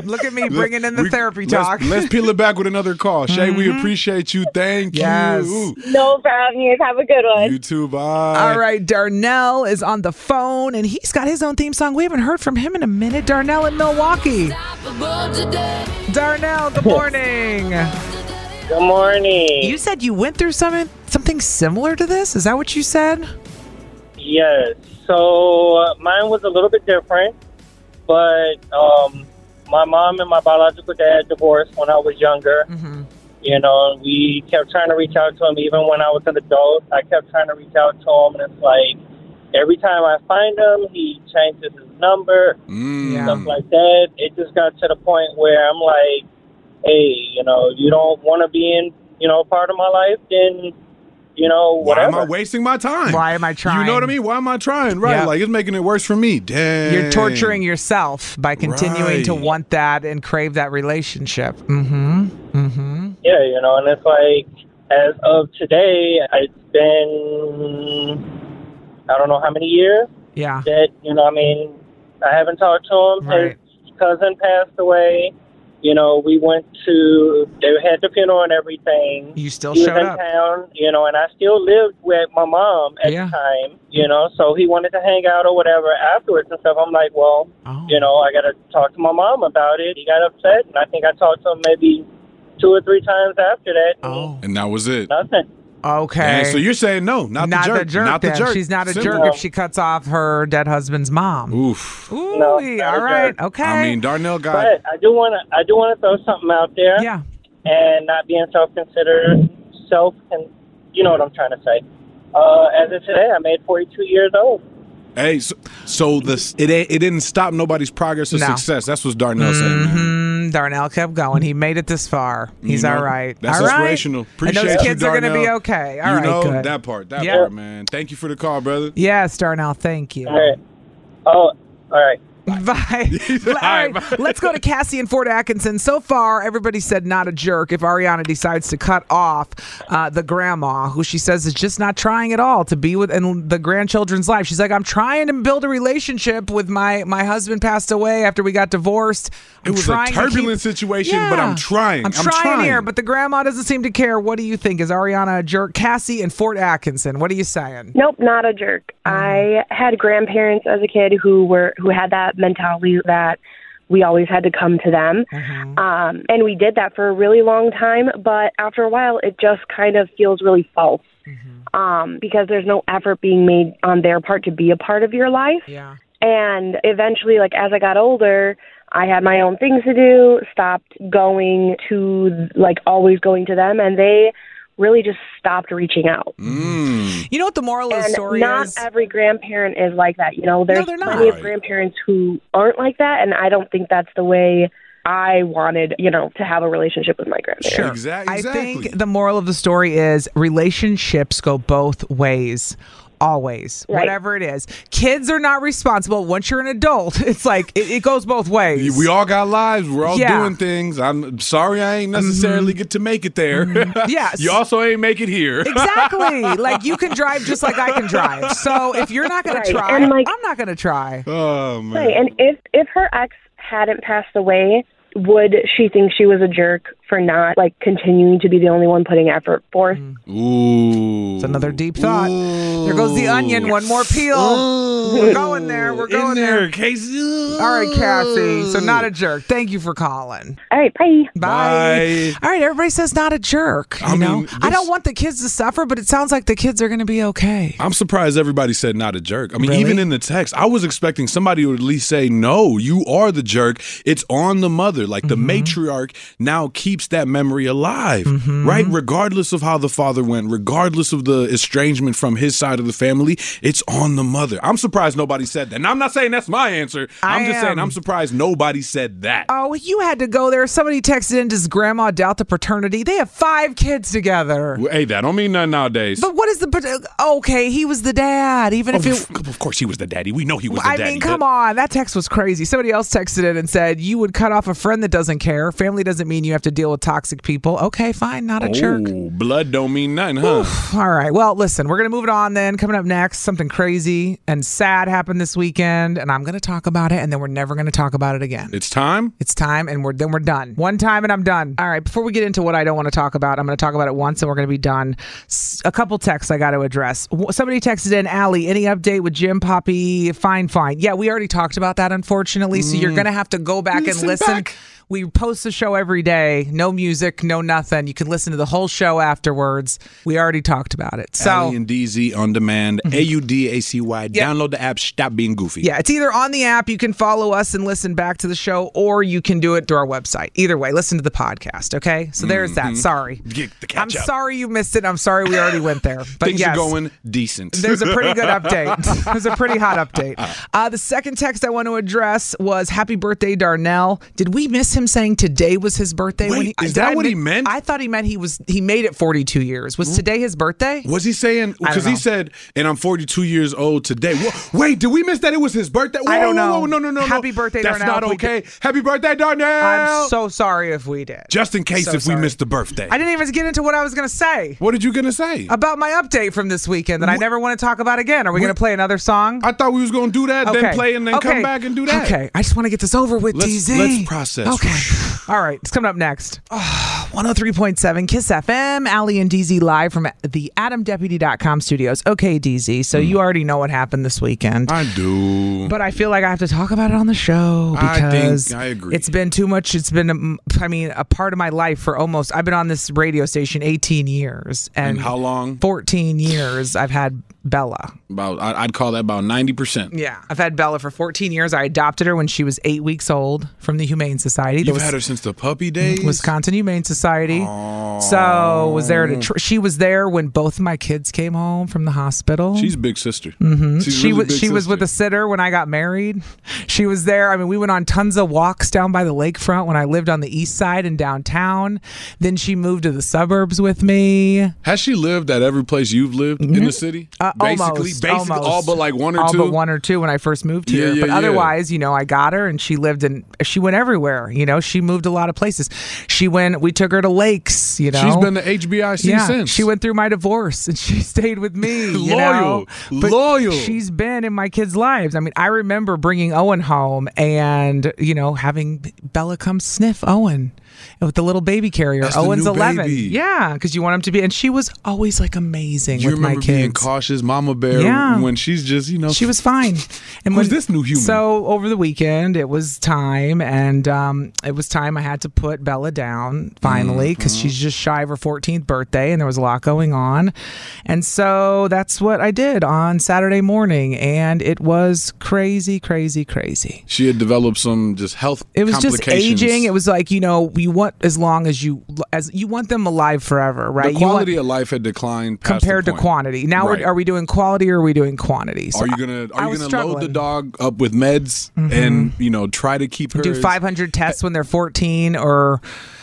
Look at me bringing in the We- therapy let's- talk. Mm-hmm. Let's, (laughs) peel it back with another call. Shay, we appreciate you. Thank you. No problem. You have a good one. You too. Bye. All right, Darnell is on the phone and he's got his own theme song. We haven't heard from him in a minute. Darnell in Milwaukee. Darnell, good morning. Good morning. You said you went through something something similar to this. Is that what you said? Yes. So uh, mine was a little bit different, but um, my mom and my biological dad divorced when I was younger. You know, we kept trying to reach out to him even when I was an adult. I kept trying to reach out to him, and it's like every time I find him, he changes his number, Mm. stuff like that. It just got to the point where I'm like, hey, you know, you don't want to be in, you know, part of my life, then, you know, Why whatever. am I wasting my time? Why am I You know what I mean? Why am I trying? Right. Yeah. Like, it's making it worse for me. Dang. You're torturing yourself by continuing to Right. want that and crave that relationship. Mm-hmm. Yeah, you know, and it's like as of today, it's been I don't know how many years Yeah. that you know. I mean, I haven't talked to him. Ah. Right. His cousin passed away. You know, we went to they had the funeral and everything. You still he was showed in up. town, you know, and I still lived with my mom at Yeah. the time, you know. So he wanted to hang out or whatever afterwards and stuff. I'm like, well, Oh. you know, I got to talk to my mom about it. He got upset, and I think I talked to him maybe two or three times after that. Oh, And that was it. Uh, nothing. Okay. Dang, so you're saying no, not, not the jerk. not the then. jerk. She's not a Simple. jerk if she cuts off her dead husband's mom. Oof. Ooh, No, not all a right. jerk. Okay. I mean, Darnell got But I do want to I do want to throw something out there. Yeah. And not being self considered self and you know what I'm trying to say. Uh, as of today, I made 42 years old. Hey, so, so this it ain't, it didn't stop nobody's progress or No. success. That's what Darnell saying. Man. Mm, Darnell kept going. He made it this far. He's You know, all right. That's All right. inspirational. Appreciate and those you, kids are gonna be Darnell. okay. All you right, know good. that part. That Yeah. part, man. Thank you for the call, brother. Yes, Darnell. Thank you. All right. Oh, all right. (laughs) Bye. All right, let's go to Cassie and Fort Atkinson. So far, everybody said not a jerk if Ariana decides to cut off uh, the grandma, who she says is just not trying at all to be with in the grandchildren's life. She's like, I'm trying to build a relationship with my my husband passed away after we got divorced. It was a turbulent situation, but I'm trying. I'm I'm trying, trying. here, but the grandma doesn't seem to care. What do you think? Is Ariana a jerk? Cassie and Fort Atkinson, what are you saying? Nope, not a jerk. I had grandparents as a kid who were who had that mentality that we always had to come to them, um, and we did that for a really long time. But after a while, it just kind of feels really false um, because there's no effort being made on their part to be a part of your life. Yeah. And eventually, like as I got older, I had my own things to do, stopped going to like always going to them, and they really just stopped reaching out. You know what the moral of the And story not is? every grandparent is like that. You know, there's they're not. plenty of Right. grandparents who aren't like that, and I don't think that's the way I wanted, you know, to have a relationship with my grandparents. Sure. Exactly. I think the moral of the story is relationships go both ways. Always, Right. whatever it is, kids are not responsible. Once you're an adult, (laughs) it's like it, it goes both ways. We all got lives. We're all Yeah. Mm-hmm. doing things. I'm sorry I ain't necessarily get to make it there. (laughs) Yes. you also ain't make it here. exactly. like you can drive just like I can drive. So if you're not going Right. to try, And, like- I'm not going to try. Oh Right, and if if her ex hadn't passed away, would she think she was a jerk for not like continuing to be the only one putting effort forth? Ooh. Mm. It's another deep thought. There goes the onion. One more peel. We're going there. We're going there. Casey. All right, Cassie. So not a jerk. Thank you for calling. All right, bye. Bye. All right, everybody says not a jerk. You know, I this- don't want the kids to suffer, but it sounds like the kids are going to be okay. (laughs) I'm surprised everybody said not a jerk. I mean, Really? even in the text, I was expecting somebody to at least say, no, you are the jerk. It's on the mother. Like Mm-hmm. the matriarch now keeps that memory alive, Mm-hmm. right? Regardless of how the father went, regardless of the estrangement from his side of the family, it's on the mother. I'm surprised nobody said that. And I'm not saying that's my answer. I'm I just saying am. I'm surprised nobody said that. Oh, you had to go there. Somebody texted in, does grandma doubt the paternity? They have five kids together. Well, Hey, that don't mean nothing nowadays. But what is the. pat- Okay, he was the dad, even Oh, if it. of, of course he was the daddy. We know he was the I daddy. mean, come on. That text was crazy. Somebody else texted it and said, You would cut off a friend that doesn't care. Family doesn't mean you have to deal with toxic people. Okay, fine. Not a jerk. Oh, blood don't mean nothing, huh? (sighs) All right. Well, listen, we're going to move it on then. Coming up next, something crazy and sad happened this weekend, and I'm going to talk about it, and then we're never going to talk about it again. It's time. It's time, and we're then we're done. One time, and I'm done. All right. Before we get into what I don't want to talk about, I'm going to talk about it once, and we're going to be done. S- A couple texts I got to address. W- Somebody texted in, Allie, any update with Jim Poppy? Fine, fine. Yeah, we already talked about that, unfortunately. So you're Mm. going to have to go back and Listen listen. back. We post the show every day. No music, no nothing. You can listen to the whole show afterwards. We already talked about it. So Mm-hmm. Ally and DZ on demand. A U D A C Y. Download the app. Stop being goofy. Yeah, it's either on the app, you can follow us and listen back to the show, or you can do it through our website. Either way, listen to the podcast, okay? So there's that. Mhm. Sorry. Get the I'm catch up. sorry you missed it. I'm sorry we already went there. But Things yes. are going decent. There's a pretty good update. (laughs) (laughs) There's a pretty hot update. Uh, the second text I want to address was "Happy birthday, Darnell." Did we miss him saying today was his birthday? when Wait, he, is did that I what mi- he meant? I thought he meant he was he made it 42 years. Was today his birthday? Was he saying? I don't Because he know. said, "And I'm 42 years old today." Wha- Wait, did we miss that? It was his birthday. I Whoa, don't whoa, know. whoa, No, no, no, no. Happy birthday, That's Darnell, not if we okay. Happy birthday, Darnell. I'm so sorry if we did. Just in case So if we sorry. missed the birthday. I didn't even get into what I was going to say. What did you going to say? About my update from this weekend that I never want to talk about again. Are we going to play another song? I thought we was going to do that, then play, and then come back and do that. Okay. I just want to get this over with, Let's- DZ. let's process. Okay. (sighs) All right. It's coming up (sighs) next. Oh, 103.7 Kiss FM, Allie and DZ live from the AdamDeputy.com studios. Okay, DZ. So you already know what happened this weekend. Hmm. I do. But I feel like I have to talk about it on the show I think because I agree. it's been too much. It's been, um, I mean, a part of my life for almost, I've been on this radio station 18 years. And, And how long? 14 years I've had Bella. About I- I'd call that about 90 percent. Yeah, I've had Bella for 14 years. I adopted her when she was eight weeks old from the Humane Society. You've That was had her since the puppy days. Wisconsin Humane Society. So was there to tr- she was there when both my kids came home from the hospital. She's big sister. Mhm. She's she really was big she was sister. with a sitter when I got married. She was there. I mean, we went on tons of walks down by the lakefront when I lived on the east side and downtown. Then she moved to the suburbs with me. Has she lived at every place you've lived in the city? Uh, basically, almost, basically all almost. but like one or All two. but one or two when I first moved Yeah, here. yeah, but yeah. otherwise, you know, I got her and she lived in, she went everywhere. You know, she moved a lot of places. She went, we took her to lakes, you know. She's been to HBIC yeah, since. She went through my divorce and she (laughs) stayed with me. you Loyal, know? But loyal. She's been in my kids' lives. I mean, I remember bringing Owen home and, you know, having Bella come sniff Owen with the little baby carrier. That's the Owen's new 11. baby. Yeah, because you want him to be. And she was always like amazing You with my remember kids. being cautious, Mama Bear, Yeah. when she's just you know She was fine. And Who's when- this new human? So over the weekend, it was time, and um, it was time I had to put Bella down Mm-hmm. finally because she's just shy of her 14th birthday, and there was a lot going on, and so that's what I did on Saturday morning, and it was crazy, crazy, crazy. she had developed some just health. It was just complications. aging. It was like you know you want as long as you as you want them alive forever, right? You The want- quality of life had declined past the compared to point. quantity. Now Right. we're, are we doing quality or are we doing quantity? So are you I- gonna I are you was gonna struggling. Mm-hmm. load the dog up with meds and you know try to keep her do as- 500 tests when they're 14 or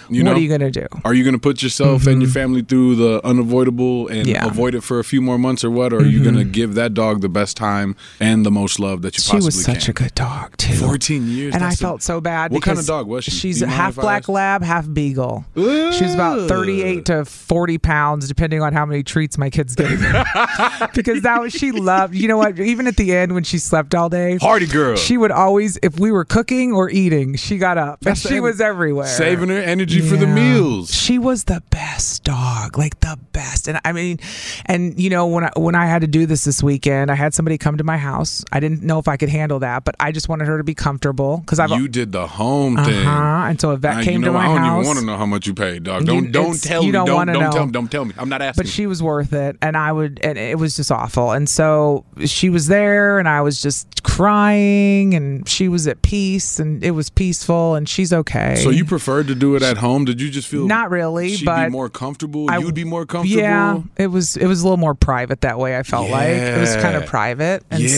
You what know? are you going to do? Are you gonna put yourself and your family through the unavoidable and Mm-hmm. Yeah. Mm-hmm. avoid it for a few more months or what? Or are you gonna give that dog the best time and the most love that you She possibly was such can? a good dog too. 14 years And I that's a- felt so bad. What kind of because dog was she? She's Do a you mind half if I black ask? lab, half beagle. She was about 38 to 40 pounds, depending on how many treats my kids gave (laughs) her. because that was, she loved, you know what? Even at the end when she slept all day, Hardy girl. She would always, if we were cooking or eating, she got up. That's and she the- was everywhere. Saving her energy for the Yeah. meals. She was the best dog, like the best. And I mean, and you know when I when I had to do this this weekend, I had somebody come to my house. I didn't know if I could handle that, but I just wanted her to be comfortable because I've you did the home thing. Uh-huh, and so a vet Now, came you to know, my I don't house. even want to know how much you paid, dog. You- Don't don't it's- tell you me. don't don't wanna don't know. tell me. Don't tell me. I'm not asking. but she was worth it and i would and it was just awful and so she was there and i was just crying and she was at peace and it was peaceful and she's okay So you preferred to do it at home? Did you just feel Not really, She'd but be more comfortable. I- You'd be more comfortable. Yeah, it was it was a little more private that way. I felt like it was kind Yeah. of private, and Yeah.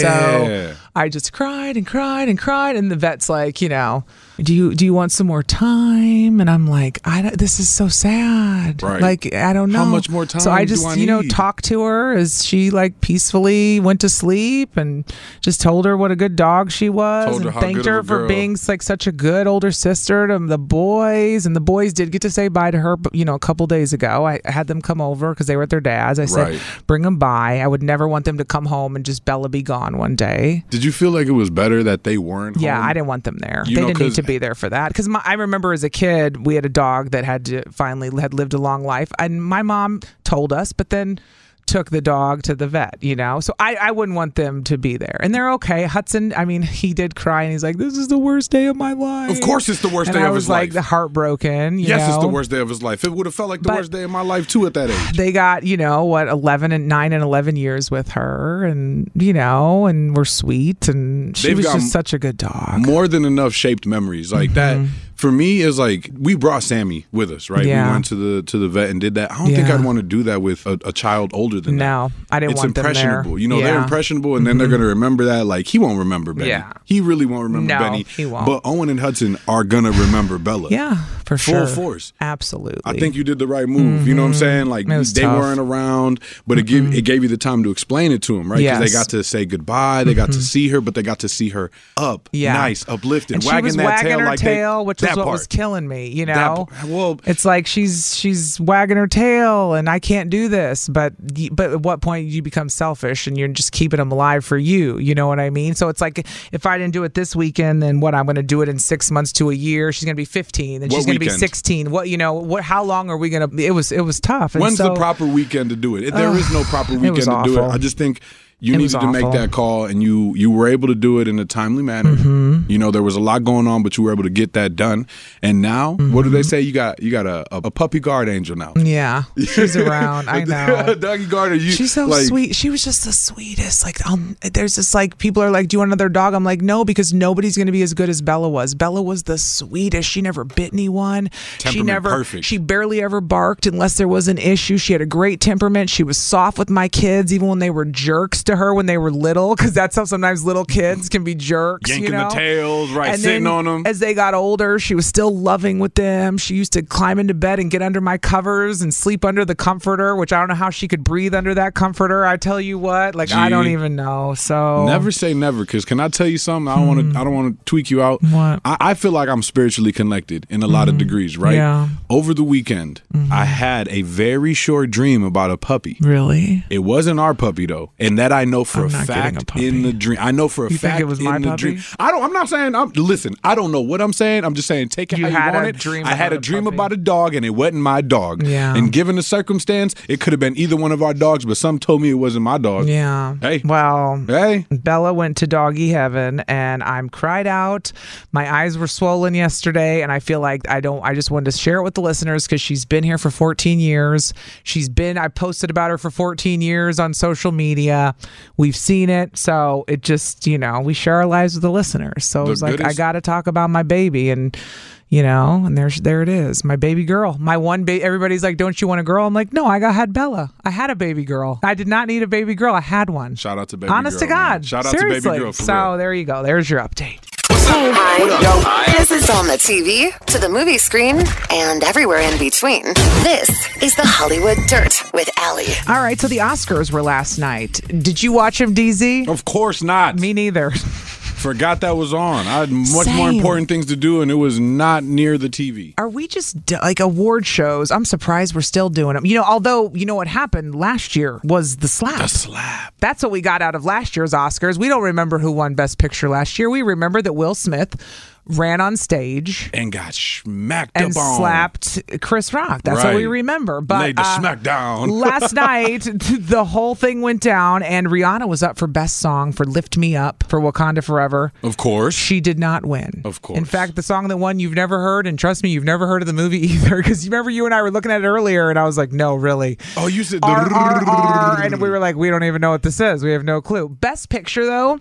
so I just cried and cried and cried. And the vet's like, you know, do you do you want some more time? And I'm like, I don't- this is so sad. Right. Like I don't know How much more So I time do just I you know need? talked to her as she like peacefully went to sleep and just told her what a good dog she was Told her and how thanked good of her a for girl. being like such a good older sister to the boys and the boys did get to say bye to her but, you know a couple days ago i I had them come over because they were at their dad's i said Right. bring them by i would never want them to come home and just bella be gone one day Did you feel like it was better that they weren't? yeah home? i didn't want them there You they know, didn't need 'cause- to be there for that because i remember as a kid we had a dog that had to finally had lived a long life and my mom told us but then took the dog to the vet you know so I, I wouldn't want them to be there and they're okay hudson i mean (laughs) he did cry and he's like this is the worst day of my life Of course, it's the worst and day I of was his like life. heartbroken. you yes, it's the know? worst day of his life. It would have felt like the But- worst day of my life too at that age. They got you know what eleven and nine and eleven years with her, and you know, and we're sweet, and she They've was got just such a good dog. More than enough shaped memories like Mm-hmm. that. For me, is like we brought Sammy with us, right? We Yeah. went to the to the vet and did that. I don't think Yeah. I'd want to do that with a, a child older than that. No, I didn't it's want them there. impressionable. You know, they're Yeah. Mm-hmm. impressionable, and then they're gonna remember that. Like he won't remember Benny. Yeah. he really won't remember No, Benny. he won't. But Owen and Hudson are gonna remember Bella. Yeah, for sure. Full force. Absolutely. I think you did the right move. You know what I'm saying? Like Mm-hmm. It was they tough. Mm-hmm. weren't around, but it gave it gave you the time to explain it to them, right? Because they Yes. Mm-hmm. got to say goodbye, they got to see her, but they got to see her up, Yeah. nice, uplifted, and wagging she was that wagging tail her like they- tail, which was that what part. was killing me. You That know, part. well, it's like she's she's wagging her tail, and I can't do this. But y- but at what point you become selfish and you're just keeping them alive for you? You know what I mean? So it's like if I didn't do it this weekend, then what? I'm going to do it in six months to a year. She's going to be 15, and What she's going to be weekend? 16. What you know? What? How long are we going to? It was it was tough. And When's so, the proper weekend to do it? There Ugh, is no proper it weekend was to do it. awful. I just think you It was needed to make awful. that call, and you you were able to do it in a timely manner. Mm-hmm. You know there was a lot going on, but you were able to get that done. And now, what do Mm-hmm. they say? You got you got a, a, a puppy guard angel now. Yeah, she's around. I know. Doggy Garter, you She's so like, sweet. She was just the sweetest. Like, um, there's this like people are like, "Do you want another dog?" I'm like, "No," because nobody's gonna be as good as Bella was. Bella was the sweetest. She never bit anyone. She Temperament never. perfect. She barely ever barked unless there was an issue. She had a great temperament. She was soft with my kids, even when they were jerks to her when they were little because that's how sometimes little kids can be jerks. you Yanking the know? tails, right, sitting on 'em. As they got older, she was still loving with them. She used to climb into bed and get under my covers and sleep under the comforter, which I don't know how she could breathe under that comforter. I tell you what, like I Gee. don't even know. So Hmm. Never say never, because can I tell you something? I don't want to. I don't want to tweak you out. What? Hmm. I, I feel like I'm spiritually connected in a lot of degrees, right? Yeah. Hmm. Over the weekend, I had a very short dream about a puppy. Really? It wasn't our puppy though, and that I know for I'm a not getting fact in the dream. I know for a You think fact it was in my the puppy? dream. I don't. I'm not saying. I'm listen. I don't know what I'm saying. I'm just saying. Take it You how had you want a it. dream I had about a dream about a dog, and it wasn't my dog. Yeah. And given the circumstance, it could have been either one of our dogs, but some told me it wasn't my dog. Yeah. Hey. Well. Hey. Bella went to doggy heaven, and I'm cried out. My eyes were swollen yesterday, and I feel like I don't. I just wanted to share it with the listeners because she's been here for 14 years. She's been. I posted about her for 14 years on social media. We've seen it, so it just you know we share our lives with the listeners. So it The was like I goodest- got to talk about my baby and. You know, and there's there it is, my baby girl, my one baby. Everybody's like, "Don't you want a girl?" I'm like, "No, I got had Bella. I had a baby girl. I did not need a baby girl. I had one." Shout out to baby Honest girl, to man. God. Shout out to baby Seriously. girl, for so there you go. There's your update. Hey, hi. This is on the TV, to the movie screen, and everywhere in between. This is the Hollywood Dirt with Allie. All right. So the Oscars were last night. Did you watch them, DZ? Of course not. Me neither. (laughs) Forgot that was on. I had much more Same. important things to do, and it was not near the TV. Are we just d- like award shows? I'm surprised we're still doing them. You know, although you know what happened last year was the slap. The slap. That's what we got out of last year's Oscars. We don't remember who won Best Picture last year. We remember that Will Smith ran on stage and got smacked and up on. slapped Chris Rock. That's what we Right. remember. But Laid the uh, (laughs) smackdown. last night, (laughs) the whole thing went down, and Rihanna was up for best song for "Lift Me Up" for Wakanda Forever. Of course, she did not win. Of course. In fact, the song that won you've never heard, and trust me, you've never heard of the movie (laughs) either. Because you remember you and I were looking at it earlier, and I was like, "No, really." Oh, you said R, R, (laughs) R, and we were like, "We don't even know what this is. We have no clue." Best picture though,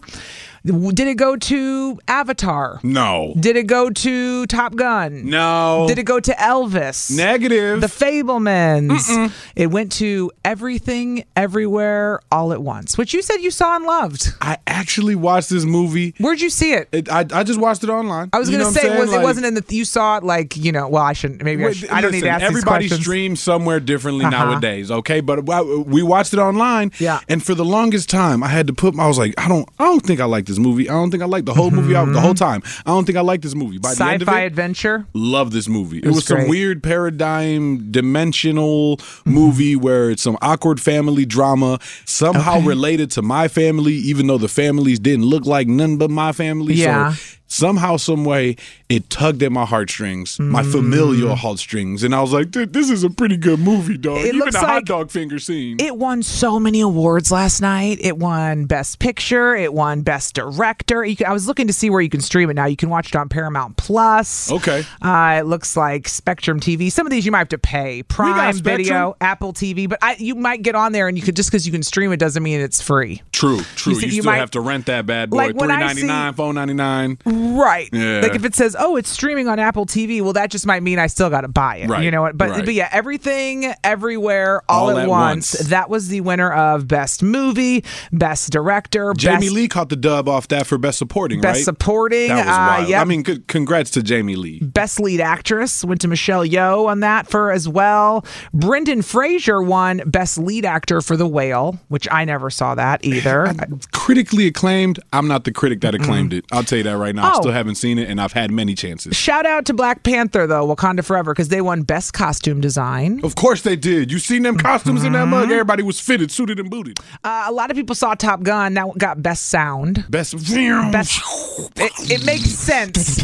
did it go to Avatar? No. Did it go to Top Gun? No. Did it go to Elvis? Negative. The Fablemans. It went to Everything, Everywhere, All at Once, which you said you saw and loved. I actually watched this movie. Where'd you see it? It- I, I just watched it online. I was You gonna know what I'm say saying? was it Like- wasn't in the you saw it like you know well I shouldn't maybe I, Wait, should, I don't need to listen, ask Everybody these questions. streams somewhere differently Uh-huh. nowadays, okay? But uh, we watched it online. Yeah. And for the longest time, I had to put. I was like, I don't. I don't think I like this movie. I don't think I like the whole movie. I, the whole time, I don't think I like this movie. By the end of Mm-hmm. Sci-fi it, adventure. love this movie. It was was, some great. weird paradigm dimensional movie Mm-hmm. where it's some awkward family drama somehow related to my family, even though the families didn't look like none but my family. Yeah. So somehow, some way, it tugged at my heartstrings, my Mm. familial heartstrings, and I was like, "Dude, "This is a pretty good movie, dog." It even looks the like- hot dog finger scene. It won so many awards last night. It won Best Picture. It won Best Director. You can, I was looking to see where you can stream it now. You can watch it on Paramount Plus. Okay. Uh, it looks like Spectrum TV. Some of these you might have to pay. Prime Video, Spectrum. Apple TV, but I, you might get on there and you could just because you can stream it doesn't mean it's free. True, true. You You, see, you still might- have to rent that bad boy. Like, Three when I ninety see- nine, four ninety nine. Right. Yeah. Like if it says, "Oh, it's streaming on Apple TV," well, that just might mean I still got to buy it. Right, You know what? But right. but yeah, everything, everywhere, all, All at, at once. once. That was the winner of Best Movie, Best Director, Jamie Best Lee caught the dub off that for best supporting, Best right? supporting, That was uh, wild. yep. I mean, good, congrats to Jamie Lee. Best Lead Actress went to Michelle Yeoh on that for as well. Brendan Fraser won Best Lead Actor for The Whale, which I never saw that (laughs) either. critically acclaimed. I'm not the critic that acclaimed it. I'll tell you that right now. I Oh. still haven't seen it, and I've had many chances. Shout out to Black Panther though, Wakanda Forever, because they won Best Costume Design. Mm-hmm. Of course they did. You seen them costumes in that mug? Everybody was fitted, suited, and booted. Uh, a lot of people saw Top Gun. That got Best Sound. Best. Best. It, it makes sense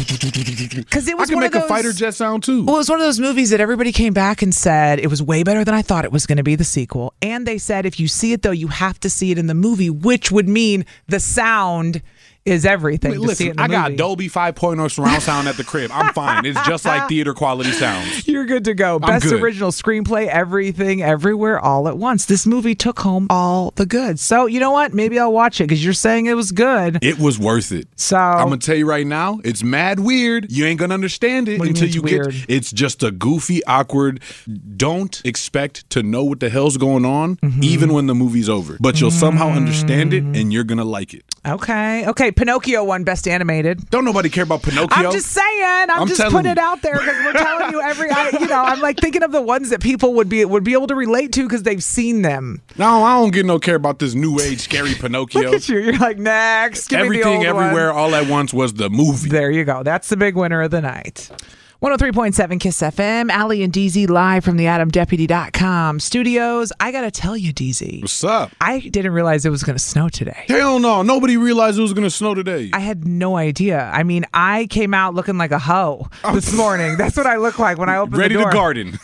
because it was I can one make of those, a fighter jet sound too. Well, it was one of those movies that everybody came back and said it was way better than I thought it was going to be the sequel. And they said if (laughs) you see it though, you have to see it in the movie, which would mean the sound is everything. to see it Listen, in the I got movie. Dolby (laughs) 5.0 surround sound at the crib. I'm fine. It's just like theater quality sounds. You're good to go. I'm Best good. original screenplay, everything, everywhere, all at once. This movie took home all the goods. So you know what? Maybe I'll watch it because you're saying it was good. It was worth it. So I'm gonna tell you right now, it's mad weird. You ain't gonna understand it What do you until mean you it's get. weird? It's just a goofy, awkward. Don't expect to know what the hell's going on, Mm-hmm. even when the movie's over. But you'll somehow understand it, Mm. and you're gonna like it. Okay. Okay. Pinocchio won Best Animated. Don't nobody care about Pinocchio. I'm just saying. I'm, I'm just telling putting you. it out there because we're telling you every. I, you know, I'm like thinking of the ones that people would be would be able to relate to because they've seen them. No, I don't get no care about this new (laughs) age scary Pinocchio. Look at you. You're like next. Give me the Everything, old one. everywhere, all at once was the movie. There you go. That's the big winner of the night. 103.7 Kiss FM, Allie and DZ live from the AdamDeputy.com studios. I got to tell you, DZ. What's up? I didn't realize it was going to snow today. Hell no. Nobody realized it was going to snow today. I had no idea. I mean, I came out looking like a hoe (laughs) this morning. That's what I look like when I open Oh. Ready the to door. (laughs) garden.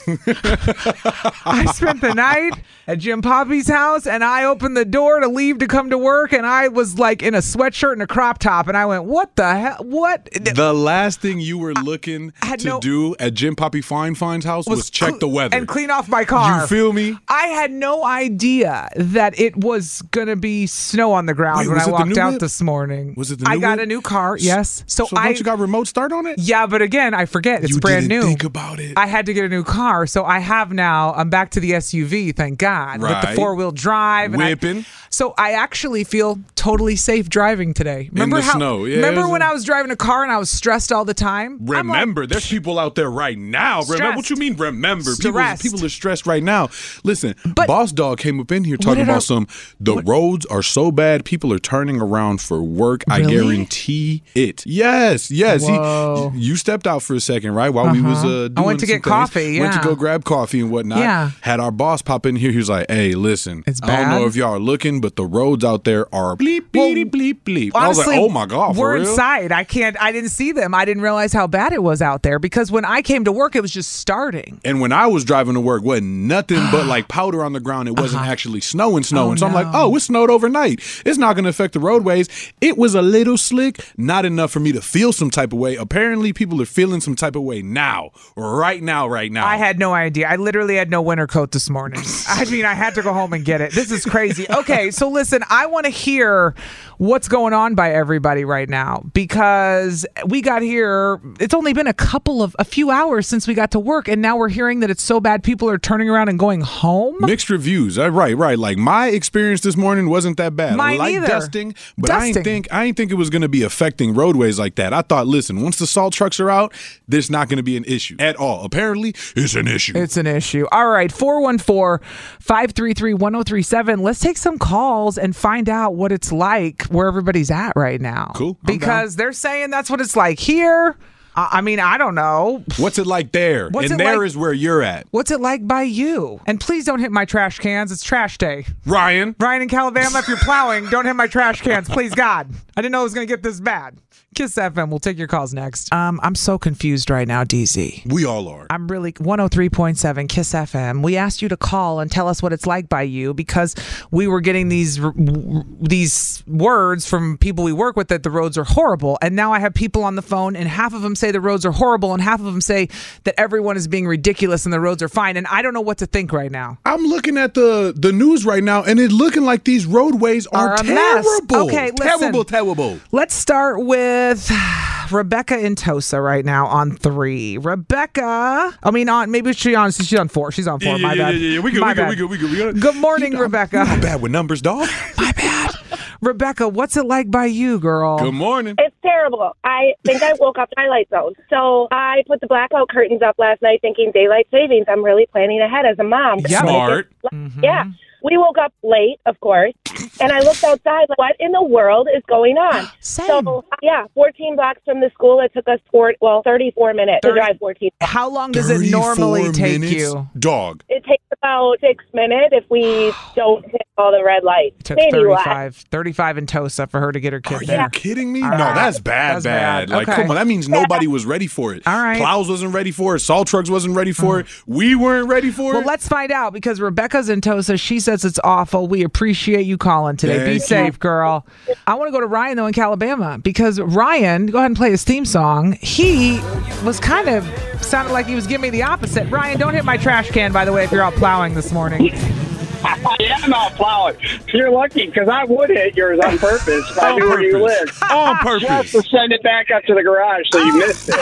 I spent the night at Jim Poppy's house and I opened the door to leave to come to work and I was like in a sweatshirt and a crop top and I went, "What the hell? What the last thing you were looking had to no- do at Jim Poppy Fine Fine's house was, Was check the weather. and clean off my car. You feel me? I had no idea that it was gonna be snow on the ground Wait, when was I it the walked new out whip? this morning. Was it the I new got whip? a new car. Yes, so, so I don't you got remote start on it? yeah, but again, I forget it's You brand didn't new. think about it. I had to get a new car, so I have now. I'm back to the SUV, thank God, with Right. the four wheel drive. and I- Whipping. so I actually feel totally safe driving today. Remember the how? snow, yeah, it remember was- when I was driving a car and I was stressed all the time? Remember, there's people out there right now. Remember what you mean? Remember, people, Stressed. people are stressed right now. Listen, Boss Dog came up in here talking did about I- some. The roads are so bad, people are turning around for work. I Really? guarantee it. Yes, yes. He, Whoa. you stepped out for a second, right? While we was Uh-huh. uh, doing I went to some get coffee, Things. Went to yeah. go grab coffee and whatnot. Yeah. Had our boss pop in here. He was like, "Hey, listen, it's I don't know bad? if y'all are looking, but the roads out there are bleep bleep bleep bleep." I was Honestly, like, "Oh my god, for we're real?" inside. I can't. I didn't see them. I didn't realize how bad it was out there because when I came to work, it was just starting. And when I was driving to work, wasn't nothing (gasps) but like powder on the ground. It Uh-huh. wasn't actually snowing, snowing. so I'm like, oh, it snowed overnight. It's not going to affect the roadways. It was a little slick, not enough for me to feel some type of way. Apparently, people are feeling some type of way now, right now, right now. I had no idea. I literally had no winter coat this morning. (laughs) I mean, I had to go home and get it. This is crazy. Okay, so listen, I want to hear what's going on by everybody right now because we got here. It's only been a couple of a few hours since we got to work, and now we're hearing that it's so bad people are turning around and going home. Mixed reviews. Uh, Right, right. Like my experience this morning wasn't that bad. Mine I like either. dusting, but I Dusting. didn't think I didn't think it was gonna be affecting roadways like that. I thought, listen, once the salt trucks are out, there's not gonna be an issue at all. Apparently, it's an issue. It's an issue. All right, 414 533 1037. Let's take some calls and find out what it's like where everybody's at right now. Cool. because they're saying that's what it's like here. I, I mean, I don't know. What's it like there? What's and it there is like- where you're at. What's it like by you? And please don't hit my trash cans. It's trash day. Ryan. Ryan in Calabama, if you're plowing, don't hit my trash cans. Please, God. I didn't know it was going to get this bad. Kiss FM. We'll take your calls next. Um, I'm so confused right now, DZ. We all are. I'm really 103.7 Kiss FM. We asked you to call and tell us what it's like by you because we were getting these r- w- these words from people we work with that the roads are horrible. And now I have people on the phone and half of them say the roads are horrible and half of them say that everyone is being ridiculous and the roads are fine and I don't know what to think right now. I'm looking at the the news right now, and it's looking like these roadways are, Are a mess. terrible. Okay, listen. terrible, terrible. Let's start with (sighs) Rebecca in Tosa right now on three. Rebecca, I mean, on maybe she's on she's on four. She's on four. my bad. My bad. we good, we good. Good morning, Rebecca. I'm bad with (laughs) numbers, dog. Rebecca, what's it like by you, girl? Good morning. It's terrible. I think I woke up twilight zone. So I put the blackout curtains up last night, thinking daylight savings. I'm really planning ahead as a mom. Yeah. Smart. Mm-hmm. Yeah. We woke up late, of course, and I looked outside. Like, what in the world is going (gasps) on? So yeah, 14 blocks from the school. It took us four, well, 34 minutes to drive 14. How long does it normally 34 take minutes? you? Dog. (sighs) It takes about six minutes if we don't hit all the red lights. Took Maybe what? 35, 35 in Tosa for her to get her kid Are there. you kidding me? All no, right. that's bad, That's bad. bad. Like, Okay. come on, that means nobody was ready for it. All right. Plows wasn't ready for it. Salt trucks wasn't ready for it. We weren't ready for Mm. Well, it. let's find out because Rebecca's in Tosa. She says it's awful. We appreciate you calling today. Thank Be you. safe, girl. I want to go to Ryan though in Calabama because Ryan, go ahead and play his theme song. He was kind of sounded like he was giving me the opposite. Ryan, don't hit my trash can by the way if you're out plowing this (laughs) morning. I am out plowing. You're lucky because I would hit yours on purpose if I On knew where you purpose. lived. (laughs) On Just to send it back up to the garage so you missed it.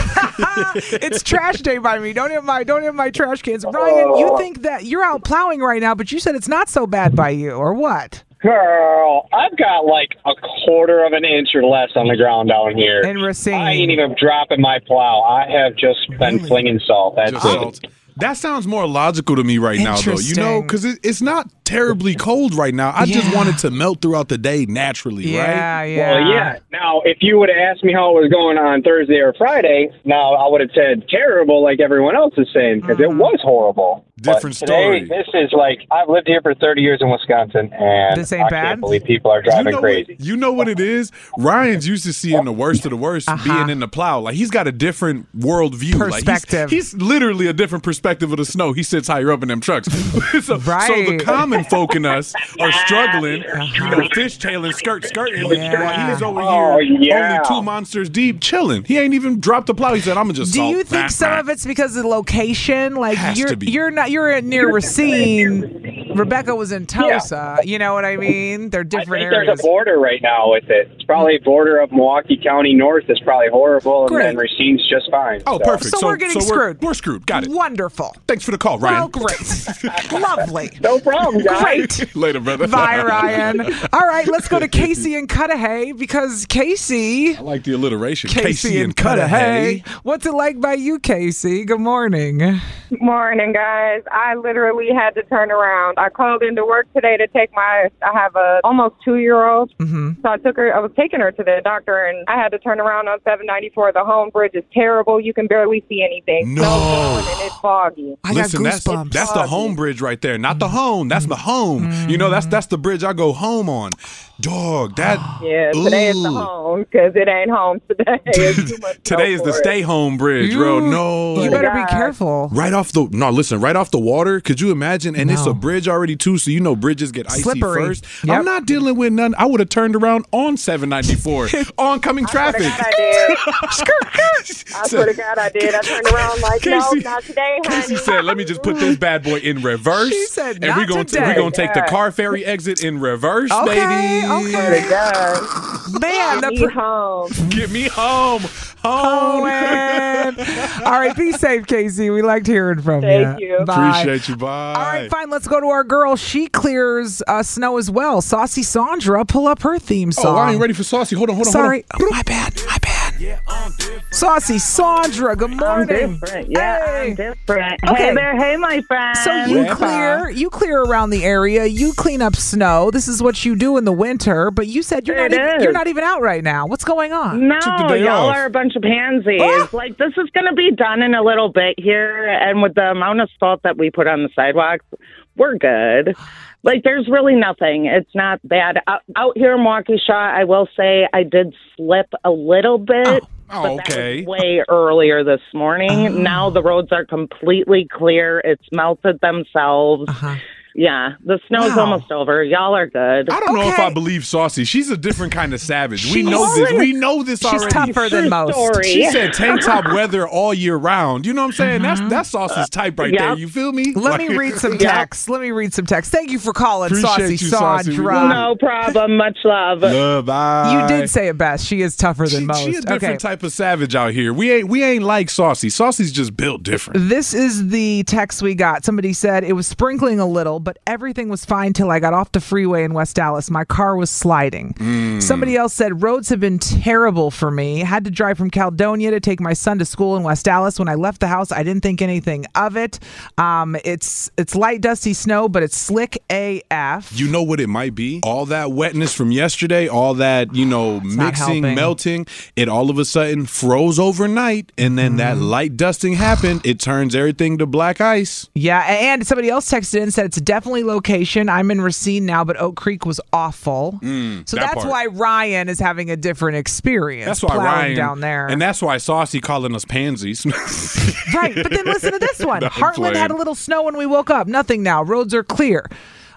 it's trash day by me. Don't hit my don't hit my trash cans. Ryan, you think that you're out plowing right now, but you said it's not so bad by you, or what? Girl, I've got like a quarter of an inch or less on the ground down here. In Racine. I ain't even dropping my plow. I have just been flinging salt. That's Just it. salt. That sounds more logical to me right now, though. You know, Interesting. because it, it's not terribly cold right now. I just want it to melt throughout the day naturally, right? Well, yeah. Now, if you would have asked me how it was going on Thursday or Friday, now I would have said terrible, like everyone else is saying, because it was horrible. Different but today, story. This is like I've lived here for 30 years in Wisconsin, and This ain't I bad? can't believe people are driving you know crazy. What, you know what it is? Ryan's used to seeing the worst of the worst Uh-huh. being in the plow. Like he's got a different worldview. Like Perspective. he's, he's literally a different perspective of the snow. He sits higher up in them trucks. (laughs) so, so the Right. common folk in (laughs) us are struggling, you know, fishtailing, skirt skirting. While he's over Oh, here yeah. only two monsters deep, chilling. He ain't even dropped the plow. He said, "I'm gonna just." Do salt you think that, some man." of it's because of the location? Like Has you're to be. you're not you're in near Racine. Rebecca was in Tulsa. You know what I mean? They're I different think areas. there's a border right now with it. It's probably border of Milwaukee County North is probably horrible, and then Racine's just fine. Oh, so. perfect. So we're getting We're, screwed. Got it. Wonderful. Thanks for the call, Ryan. Well, (laughs) great. Lovely. (laughs) No problem, guys. Great. Later, brother. Bye, Ryan. (laughs) All right, let's go to Casey and Cudahy because Casey. I like the alliteration. Casey, and Cudahy. What's it like by you, Casey? Good morning. Morning, guys. I literally had to turn around. I called into work today to take my. I have a almost two year old, Mm-hmm. so I took her. I was taking her to the doctor, and I had to turn around on 794. The home bridge is terrible. You can barely see anything. No. Snow's going and it's foggy. Listen, that's that's the home bridge right there. Not the home. That's the home. You know, that's that's the bridge I go home on. Dog, that (gasps) Yeah, today it's the Ooh. home because it ain't home today. (laughs) It's too much snow today is the for it. stay home bridge, bro. No. you better be careful. Right off the no, listen, right off the water. Could you imagine? And it's a No. bridge already too, so you know bridges get icy Slippery. first. Yep. I'm not dealing with none. I would have turned around on 794 (laughs) (laughs) oncoming traffic. I did. I swear to God, I (laughs) did. I turned around like, no, Casey- not today, honey. Casey said, "Let me just put this bad boy in reverse." She said, "And we're "Not gonna today." we're gonna take the Yeah. car ferry exit in reverse, Okay, baby." okay. Man, the pr- home. Get me home, home. eh? (laughs) (laughs) All right, be safe, Casey. We liked hearing from Thank you. you. Bye. Appreciate you. Bye. All right, fine. Let's go to our girl. She clears uh, snow as well. Saucy Sandra, pull up her theme song. Oh, I ain't ready for saucy. Hold on, hold on. Sorry, Oh, hold on. my bad. My bad. Saucy Sandra, good morning. different. Yeah, Hey. I'm different. Hey there, hey my friend. So you clear, you clear around the area. You clean up snow. This is what you do in the winter. But you said you're It not even, you're is. not even out right now. What's going on? Oh, No, y'all are a bunch of pansies. Ah! Like this is going to be done in a little bit here, and with the amount of salt that we put on the sidewalks, we're good. Like there's really nothing. It's not bad out, out here in Waukesha. I will say I did slip a little bit. Oh, but that was okay. Oh. way earlier this morning. Now the roads are completely clear. It's melted themselves. Yeah, the snow's Uh-huh. Wow. almost over. Y'all are good. I don't know if I believe Saucy. She's a different kind of savage. we She's- know this. We know this She's already. tougher than True most. story. She said (laughs) tank top weather all year round. You know what I'm saying? That's that's Saucy's type right there. You feel me? Mm-hmm. Let Like- me read (laughs) some text. Let me read some text. Thank you for calling, Saucy Appreciate you, Saucy. We Sandra. love you. No problem. Much love. Love, bye. You did say it best. She is tougher than most. She a different okay. type of savage out here. We ain't we ain't like Saucy. Saucy's just built different. This is the text we got. Somebody said it was sprinkling a little, but everything was fine till I got off the freeway in West Dallas. My car was sliding. Somebody else said roads have been terrible for me. Had to drive from Caledonia to take my son to school in West Dallas. When I left the house, I didn't think anything of it. Um, it's it's light dusty snow, but it's slick AF. You know what it might be? All that wetness from yesterday, all that, (sighs) you know, not mixing, helping. melting, it all of a sudden froze overnight. And then that Mm-hmm. light dusting happened. It turns everything to black ice. Yeah, a- and somebody else texted in and said it's definitely location. I'm in Racine now, but Oak Creek was awful. Mm, so that that's part. why Ryan is having a different experience. That's why plowing Ryan down there. and that's why Saucy calling us pansies. (laughs) right, but then listen to this one. No, I'm Heartland had playing. a little snow when we woke up. Nothing now. Roads are clear.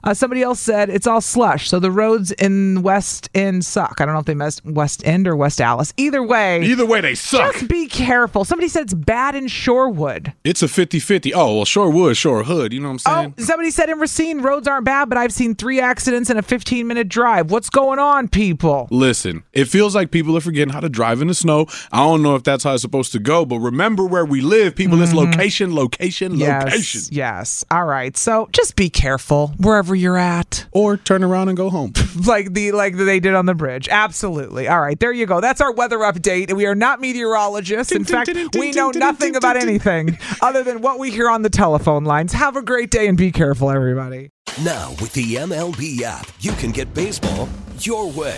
Uh, somebody else said it's all slush, so the roads in West End suck. I don't know if they meant West End or West Alice. Either way, Either way, they suck. Just be careful. Somebody said it's bad in Shorewood. it's a 50-50. Oh well, sure would, sure hood. You know what I'm Oh, saying? somebody said in Racine roads aren't bad, but I've seen three accidents in a 15 minute drive. What's going on, people? Listen, it feels like people are forgetting how to drive in the snow. I don't know if that's how it's supposed to go, but remember where we live, people. It's location, location, location. Mm-hmm. Yes, yes. All right. So just be careful wherever you're at, or turn around and (laughs) go home, like the like they did on the bridge. Absolutely. All right. There you go. That's our weather update. We are not meteorologists. In fact, we know nothing about anything other than what we hear on the telephone lines. Have a great day and be careful, everybody. Now, with the MLB app, you can get baseball your way.